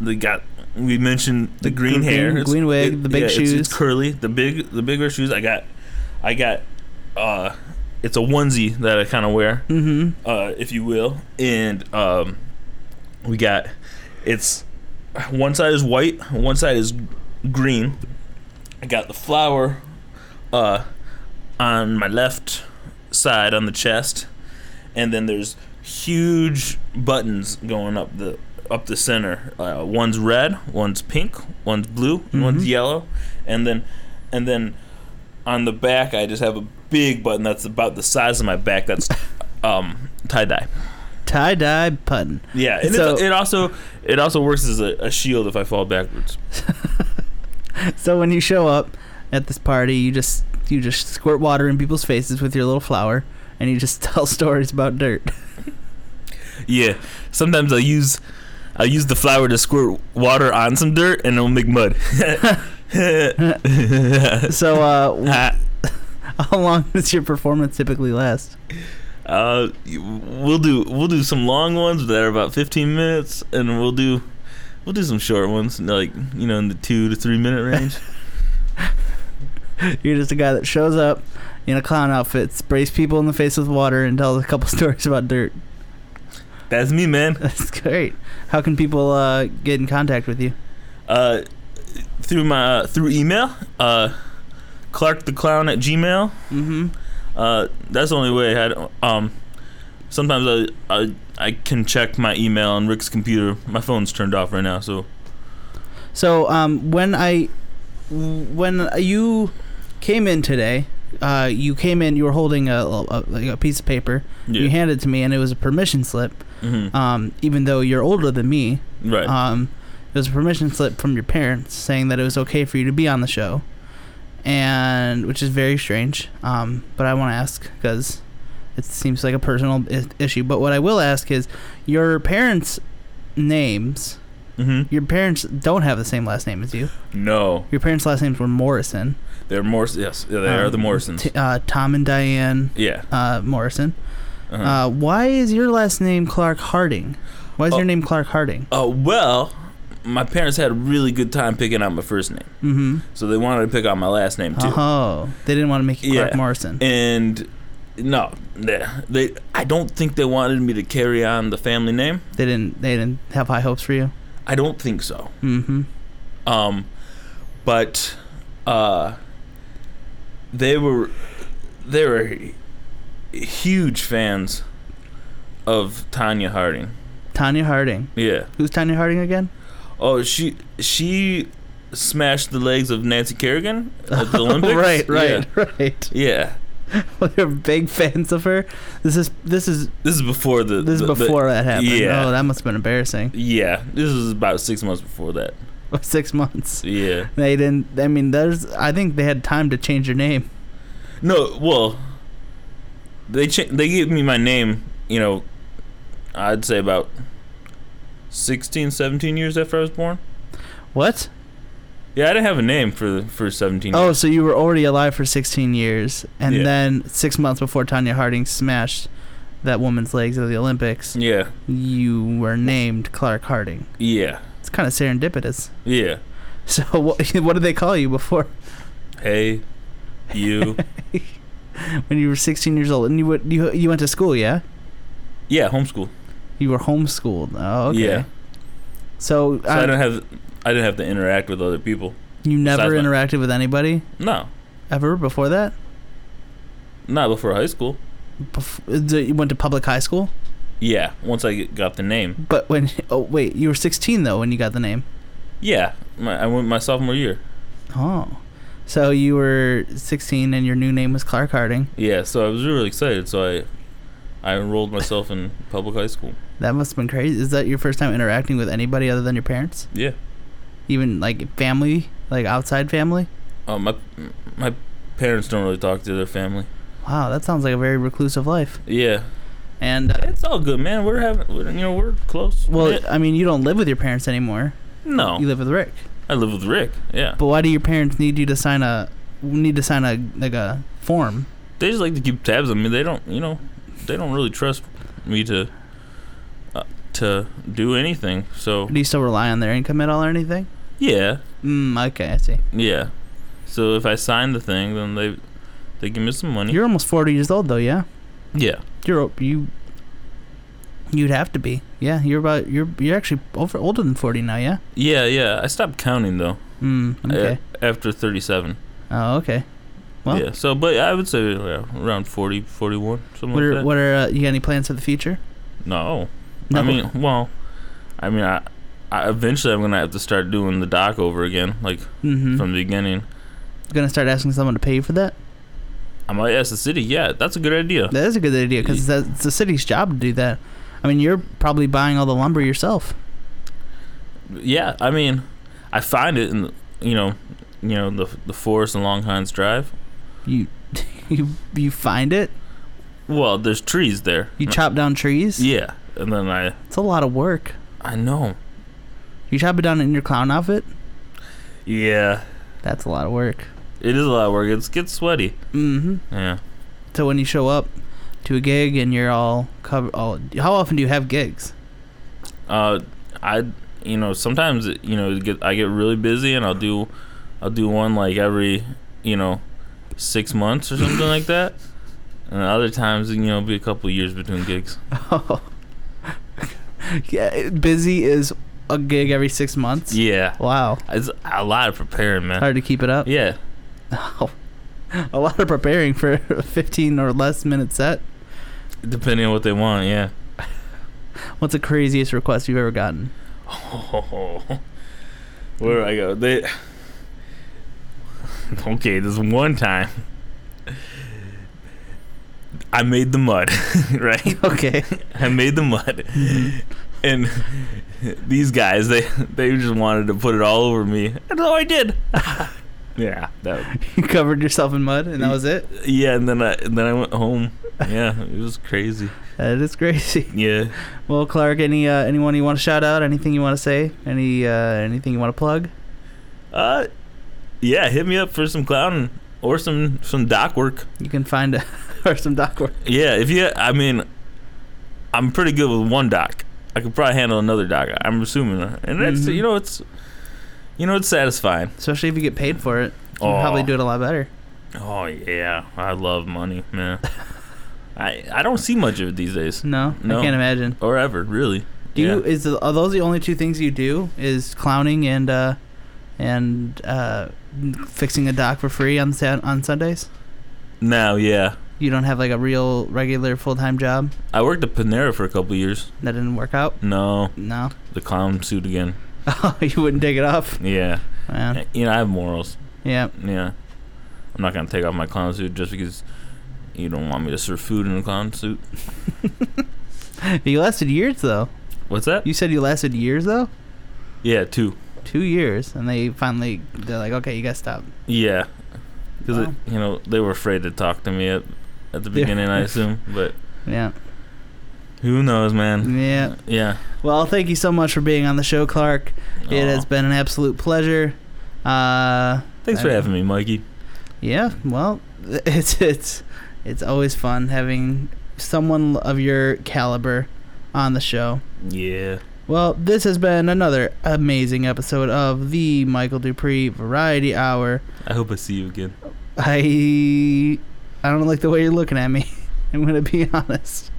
Speaker 4: they got. We mentioned the,
Speaker 1: The
Speaker 4: green,
Speaker 1: green-
Speaker 4: hair, It's-
Speaker 1: green wig, the big
Speaker 4: it's-
Speaker 1: shoes.
Speaker 4: it's curly, the big, the bigger shoes. I got, I got. Uh, it's a onesie that I kind of wear,
Speaker 1: Mm-hmm.
Speaker 4: uh, if you will, and um, we got. It's one side is white, one side is green. I got the flower, uh, on my left side on the chest, and then there's huge buttons going up the up the center. Uh, one's red, one's pink, one's blue, one's
Speaker 1: Mhm.
Speaker 4: yellow, and then and then on the back I just have a big button that's about the size of my back. That's um, tie dye.
Speaker 1: Tie dye button.
Speaker 4: Yeah, and
Speaker 1: So-
Speaker 4: it, it also it also works as a, a shield if I fall backwards.
Speaker 1: So when you show up at this party, you just you just squirt water in people's faces with your little flower, and you just tell stories about dirt.
Speaker 4: Yeah, sometimes I use I use the flower to squirt water on some dirt and it'll make mud.
Speaker 1: So uh,
Speaker 4: Ah,
Speaker 1: how long does your performance typically last?
Speaker 4: uh, we'll do we'll do some long ones that are about 15 minutes, and we'll do we'll do some short ones like you know in the two to three minute range.
Speaker 1: You're just a guy that shows up in a clown outfit, sprays people in the face with water, and tells a couple stories about dirt.
Speaker 4: That's me, man.
Speaker 1: That's great. How can people uh, get in contact with you?
Speaker 4: Uh, through my through email, uh, Clark the Clown at Gmail.
Speaker 1: Mm-hmm.
Speaker 4: Uh, that's the only way I had. Um, sometimes I, I I can check my email on Rick's computer. My phone's turned off right now, so
Speaker 1: So um, when I when you came in today, uh, you came in. You were holding a, a, like a piece of paper.
Speaker 4: yeah.
Speaker 1: You handed it to me, and it was a permission slip.
Speaker 4: Mhm.
Speaker 1: Um, even though you're older than me,
Speaker 4: right.
Speaker 1: um, it was a permission slip from your parents saying that it was okay for you to be on the show, and which is very strange. Um, but I want to ask because it seems like a personal I- issue. But what I will ask is your parents' names.
Speaker 4: hmm
Speaker 1: Your parents don't have the same last name as you.
Speaker 4: No,
Speaker 1: Your parents' last names were Morrison.
Speaker 4: they're Morris. Yes, yeah, they
Speaker 1: Um,
Speaker 4: are the Morrisons.
Speaker 1: T- uh, Tom and Diane
Speaker 4: yeah.
Speaker 1: uh, Morrison.
Speaker 4: uh-huh.
Speaker 1: Uh, why is your last name Clark Harding? Why is
Speaker 4: Oh.
Speaker 1: your name Clark Harding?
Speaker 4: Uh, well, my parents had a really good time picking out my first name,
Speaker 1: Mm-hmm.
Speaker 4: so they wanted to pick out my last name too.
Speaker 1: Oh, they didn't want to make you Clark
Speaker 4: Yeah.
Speaker 1: Morrison.
Speaker 4: And no, they, they I don't think they wanted me to carry on the family name.
Speaker 1: They didn't. They didn't have high hopes for you.
Speaker 4: I don't think so.
Speaker 1: Mm-hmm.
Speaker 4: Um, but uh, they were they were huge fans of Tanya Harding.
Speaker 1: Tanya Harding.
Speaker 4: Yeah.
Speaker 1: Who's Tanya Harding again?
Speaker 4: Oh, she she smashed the legs of Nancy Kerrigan at the Olympics.
Speaker 1: right, right, right.
Speaker 4: Yeah. Yeah.
Speaker 1: Well, they're big fans of her. This is this is
Speaker 4: This is before the.
Speaker 1: this is
Speaker 4: the- the-
Speaker 1: before that happened.
Speaker 4: yeah.
Speaker 1: Oh, that must have been embarrassing.
Speaker 4: yeah, this was about six months before that.
Speaker 1: Six months.
Speaker 4: Yeah.
Speaker 1: They didn't. I mean, there's. I think they had time to change your name.
Speaker 4: No, well, they cha- they gave me my name. You know, I'd say about 16, 17 years after I was born.
Speaker 1: What?
Speaker 4: Yeah, I didn't have a name for for seventeen.
Speaker 1: Oh,
Speaker 4: years.
Speaker 1: so you were already alive for 16 years, and
Speaker 4: Yeah.
Speaker 1: then six months before Tanya Harding smashed that woman's legs at the Olympics,
Speaker 4: yeah,
Speaker 1: you were named Clark Harding.
Speaker 4: yeah,
Speaker 1: It's kind of serendipitous.
Speaker 4: yeah.
Speaker 1: So what, what did they call you before
Speaker 4: Hey, you.
Speaker 1: when you were 16 years old? And you would you you went to school, yeah?
Speaker 4: yeah, homeschool.
Speaker 1: You were homeschooled. Oh, okay. Uh,
Speaker 4: Yeah.
Speaker 1: So,
Speaker 4: So
Speaker 1: I-
Speaker 4: I don't have I didn't have to interact with other people.
Speaker 1: you never
Speaker 4: Sideline.
Speaker 1: interacted with anybody
Speaker 4: No,
Speaker 1: ever before that?
Speaker 4: not before high school.
Speaker 1: Bef- uh, you went to public high school,
Speaker 4: Yeah, once I get, got the name.
Speaker 1: but when oh wait, you were 16 though when you got the name.
Speaker 4: Yeah, my, I went my sophomore year.
Speaker 1: Oh. So you were 16 and your new name was Clark Harding.
Speaker 4: Yeah, so I was really excited. So I I enrolled myself in public high school.
Speaker 1: That must have been crazy. Is that your first time interacting with anybody other than your parents?
Speaker 4: Yeah.
Speaker 1: Even like family, like outside family?
Speaker 4: Uh, my my parents don't really talk to their family.
Speaker 1: Wow, that sounds like a very reclusive life.
Speaker 4: Yeah,
Speaker 1: And uh,
Speaker 4: it's all good, man. We're having we're, you know we're close.
Speaker 1: well,
Speaker 4: Yeah.
Speaker 1: I mean, you don't live with your parents anymore.
Speaker 4: no,
Speaker 1: You live with Rick.
Speaker 4: I live with Rick. Yeah,
Speaker 1: But why do your parents need you to sign a need to sign a like a form?
Speaker 4: they just like to keep tabs on me. They don't, you know, they don't really trust me to uh, to do anything. So
Speaker 1: Do you still rely on their income at all or anything?
Speaker 4: yeah,
Speaker 1: Mm, okay, I see.
Speaker 4: yeah. So if I sign the thing, then they they give me some money.
Speaker 1: You're almost 40 years old though, yeah.
Speaker 4: yeah,
Speaker 1: You're o- you you'd have to be. Yeah, you're about you're you're actually over older than 40 now, yeah.
Speaker 4: yeah, yeah. I stopped counting though
Speaker 1: Mm, okay.
Speaker 4: a- after 37.
Speaker 1: oh, okay. Well.
Speaker 4: yeah. So, but I would say yeah, around 40, 41, something
Speaker 1: What
Speaker 4: like
Speaker 1: are
Speaker 4: that.
Speaker 1: what are uh, you got any plans for the future?
Speaker 4: No. I mean, well, I mean, I, I eventually I'm gonna have to start doing the doc over again, like
Speaker 1: hmm
Speaker 4: from the beginning.
Speaker 1: gonna start asking someone to pay for that.
Speaker 4: I might ask the city. Yeah, that's a good idea.
Speaker 1: That is a good idea because it's the city's job to do that. I mean, you're probably buying all the lumber yourself.
Speaker 4: Yeah, I mean, I find it in the- you know, you know the the forest along Hines Drive.
Speaker 1: You you you find it.
Speaker 4: Well, there's trees there.
Speaker 1: You chop down trees.
Speaker 4: Yeah, and then I
Speaker 1: It's a lot of work.
Speaker 4: I know.
Speaker 1: You chop it down in your clown outfit.
Speaker 4: Yeah,
Speaker 1: That's a lot of work.
Speaker 4: it is a lot of work. It's gets sweaty.
Speaker 1: hmm
Speaker 4: Yeah.
Speaker 1: So when you show up to a gig and you're all covered, all how often do you have gigs?
Speaker 4: Uh, I you know sometimes you know it get I get really busy and I'll do I'll do one like every you know six months or something like that. And other times you know it'll be a couple years between gigs.
Speaker 1: Oh, yeah. Busy is a gig every six months.
Speaker 4: Yeah,
Speaker 1: Wow.
Speaker 4: it's a lot of preparing, man.
Speaker 1: Hard to keep it up.
Speaker 4: Yeah,
Speaker 1: a lot of preparing for a 15 or less minute set.
Speaker 4: depending on what they want. Yeah.
Speaker 1: What's the craziest request you've ever gotten?
Speaker 4: Where do I go? They okay. This one time, I made the mud, right?
Speaker 1: Okay.
Speaker 4: I made the mud, and these guys they they just wanted to put it all over me, and so I did. yeah, that,
Speaker 1: you covered yourself in mud and that was it?
Speaker 4: yeah, and then I and then I went home. Yeah, it was crazy.
Speaker 1: That is crazy.
Speaker 4: Yeah,
Speaker 1: Well, Clark, any uh, anyone you want to shout out? Anything you want to say? Any uh, anything you want to plug?
Speaker 4: uh, yeah, hit me up for some clowning or some some dock work.
Speaker 1: You can find or some doc work.
Speaker 4: Yeah, if you, I mean, I'm pretty good with one doc. I could probably handle another doc. I'm assuming, and that's
Speaker 1: Mhm.
Speaker 4: you know it's, you know it's satisfying.
Speaker 1: Especially if you get paid for it. You
Speaker 4: Aw.
Speaker 1: can probably do it a lot better.
Speaker 4: Oh yeah, I love money, man. I I don't see much of it these days,
Speaker 1: No?
Speaker 4: No.
Speaker 1: I can't imagine.
Speaker 4: or ever really.
Speaker 1: Do you
Speaker 4: Yeah.
Speaker 1: is the, are those the only two things you do? Is clowning and uh and uh fixing a dock for free on Sat on Sundays?
Speaker 4: Now, yeah,
Speaker 1: You don't have like a real regular full time job
Speaker 4: I worked at Panera for a couple years.
Speaker 1: that didn't work out?
Speaker 4: No,
Speaker 1: No,
Speaker 4: the clown suit again.
Speaker 1: oh, you wouldn't take it off.
Speaker 4: Yeah, Eh,
Speaker 1: Yeah.
Speaker 4: you know I have morals.
Speaker 1: yeah.
Speaker 4: Yeah, I'm not gonna take off my clown suit just because you don't want me to serve food in a clown suit.
Speaker 1: You lasted years though.
Speaker 4: What's that?
Speaker 1: You said you lasted years though.
Speaker 4: Yeah, two.
Speaker 1: Two years, and they finally they're like, okay, you gotta stop.
Speaker 4: Yeah, because
Speaker 1: Wow.
Speaker 4: you know they were afraid to talk to me at at the
Speaker 1: Yeah.
Speaker 4: beginning. I assume, but
Speaker 1: Yeah,
Speaker 4: who knows, man?
Speaker 1: yeah.
Speaker 4: Yeah,
Speaker 1: Well, thank you so much for being on the show, Clark. It
Speaker 4: Aw.
Speaker 1: has been an absolute pleasure. Uh,
Speaker 4: Thanks for having me, Mikey.
Speaker 1: Yeah, well, it's it's it's always fun having someone of your caliber on the show.
Speaker 4: Yeah.
Speaker 1: Well, this has been another amazing episode of the Michael Dupree Variety Hour.
Speaker 4: I hope I see you again.
Speaker 1: I I don't like the way you're looking at me. I'm gonna be honest.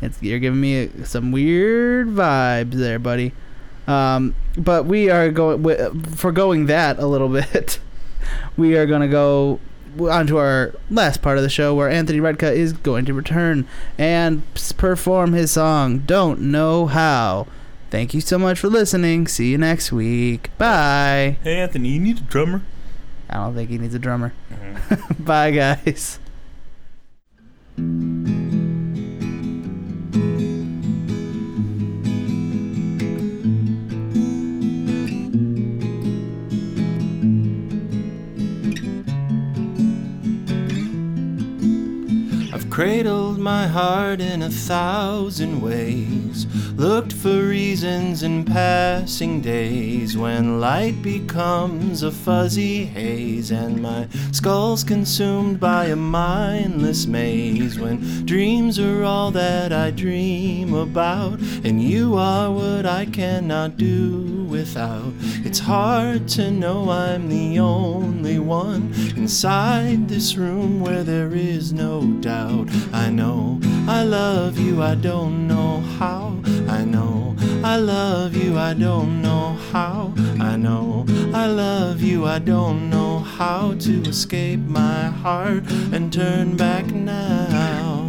Speaker 1: It's you're giving me a, some weird vibes there, buddy. Um, but we are going for going that a little bit. We are gonna go on to our last part of the show where Anthony Redka is going to return and s- perform his song "Don't Know How." Thank you so much for listening. See you next week. Bye.
Speaker 4: Hey, Anthony, you need a drummer?
Speaker 1: I don't think he needs a drummer. Bye, guys.
Speaker 3: I've cradled my heart in a thousand ways, looked for reasons in passing days when light becomes a fuzzy haze and my skull's consumed by a mindless maze when dreams are all that I dream about and you are what I cannot do without. It's hard to know I'm the only one inside this room where there is no doubt. I know I love you, I don't know how. I know I love you, I don't know how. I know I love you, I don't know how to escape my heart and turn back now.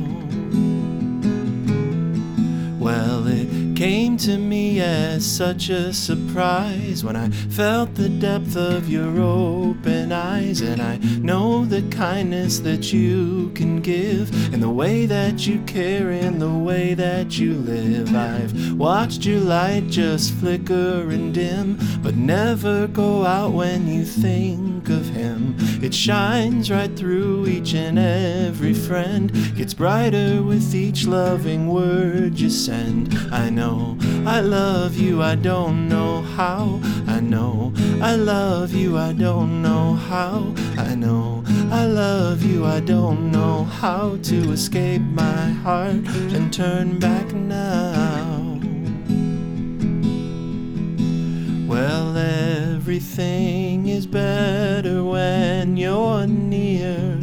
Speaker 3: Well, it came to me as such a surprise when I felt the depth of your open eyes. And I know the kindness that you can give, and the way that you care, and the way that you live. I've watched your light just flicker and dim, but never go out when you think of him. It shines right through each and every friend, gets brighter with each loving word you send. I know I love you, I don't know how. I know I love you, I don't know how. I know I love you, I don't know how to escape my heart and turn back now. Well, everything is better when you're near.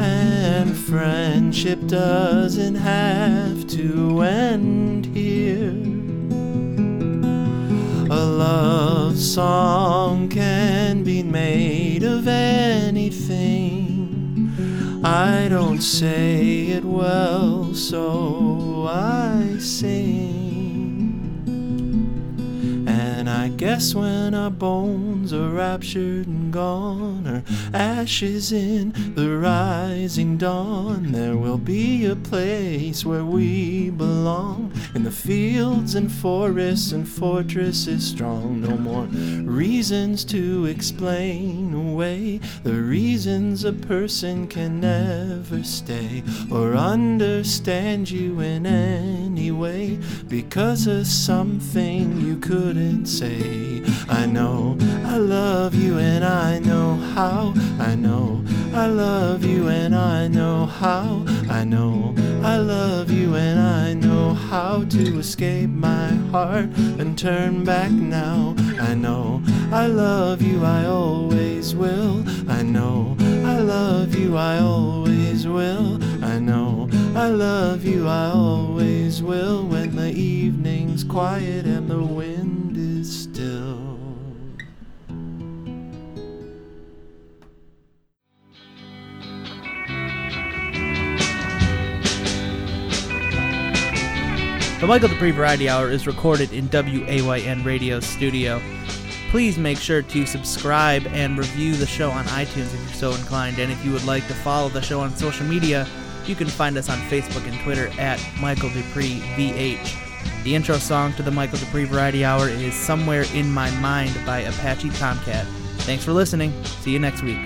Speaker 3: And friendship doesn't have to end here. A love song can be made of anything. I don't say it well, so I sing. And I guess when our bones are raptured and gone, or ashes in the rising dawn, there will be a place where we belong. In the fields and forests and fortresses strong, no more reasons to explain away the reasons a person can never stay or understand you in any way because of something you couldn't say. I know I love you and I know how. I know I love you and I know how. I know I love you and I know how to escape my heart and turn back now. I know I love you, I always will. I know I love you, I always will. I know I love you, I always will. When the evening's quiet and the wind is still.
Speaker 1: The Michael Dupree Variety Hour is recorded in WAYN Radio Studio. Please make sure to subscribe and review the show on iTunes if you're so inclined. And if you would like to follow the show on social media, you can find us on Facebook and Twitter at Michael Dupree VH. The intro song to the Michael Dupree Variety Hour is Somewhere in My Mind by Apache Tomcat. Thanks for listening. See you next week.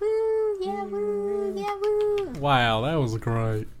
Speaker 5: Woo, yeah, woo, yeah, woo.
Speaker 6: Wow, that was great.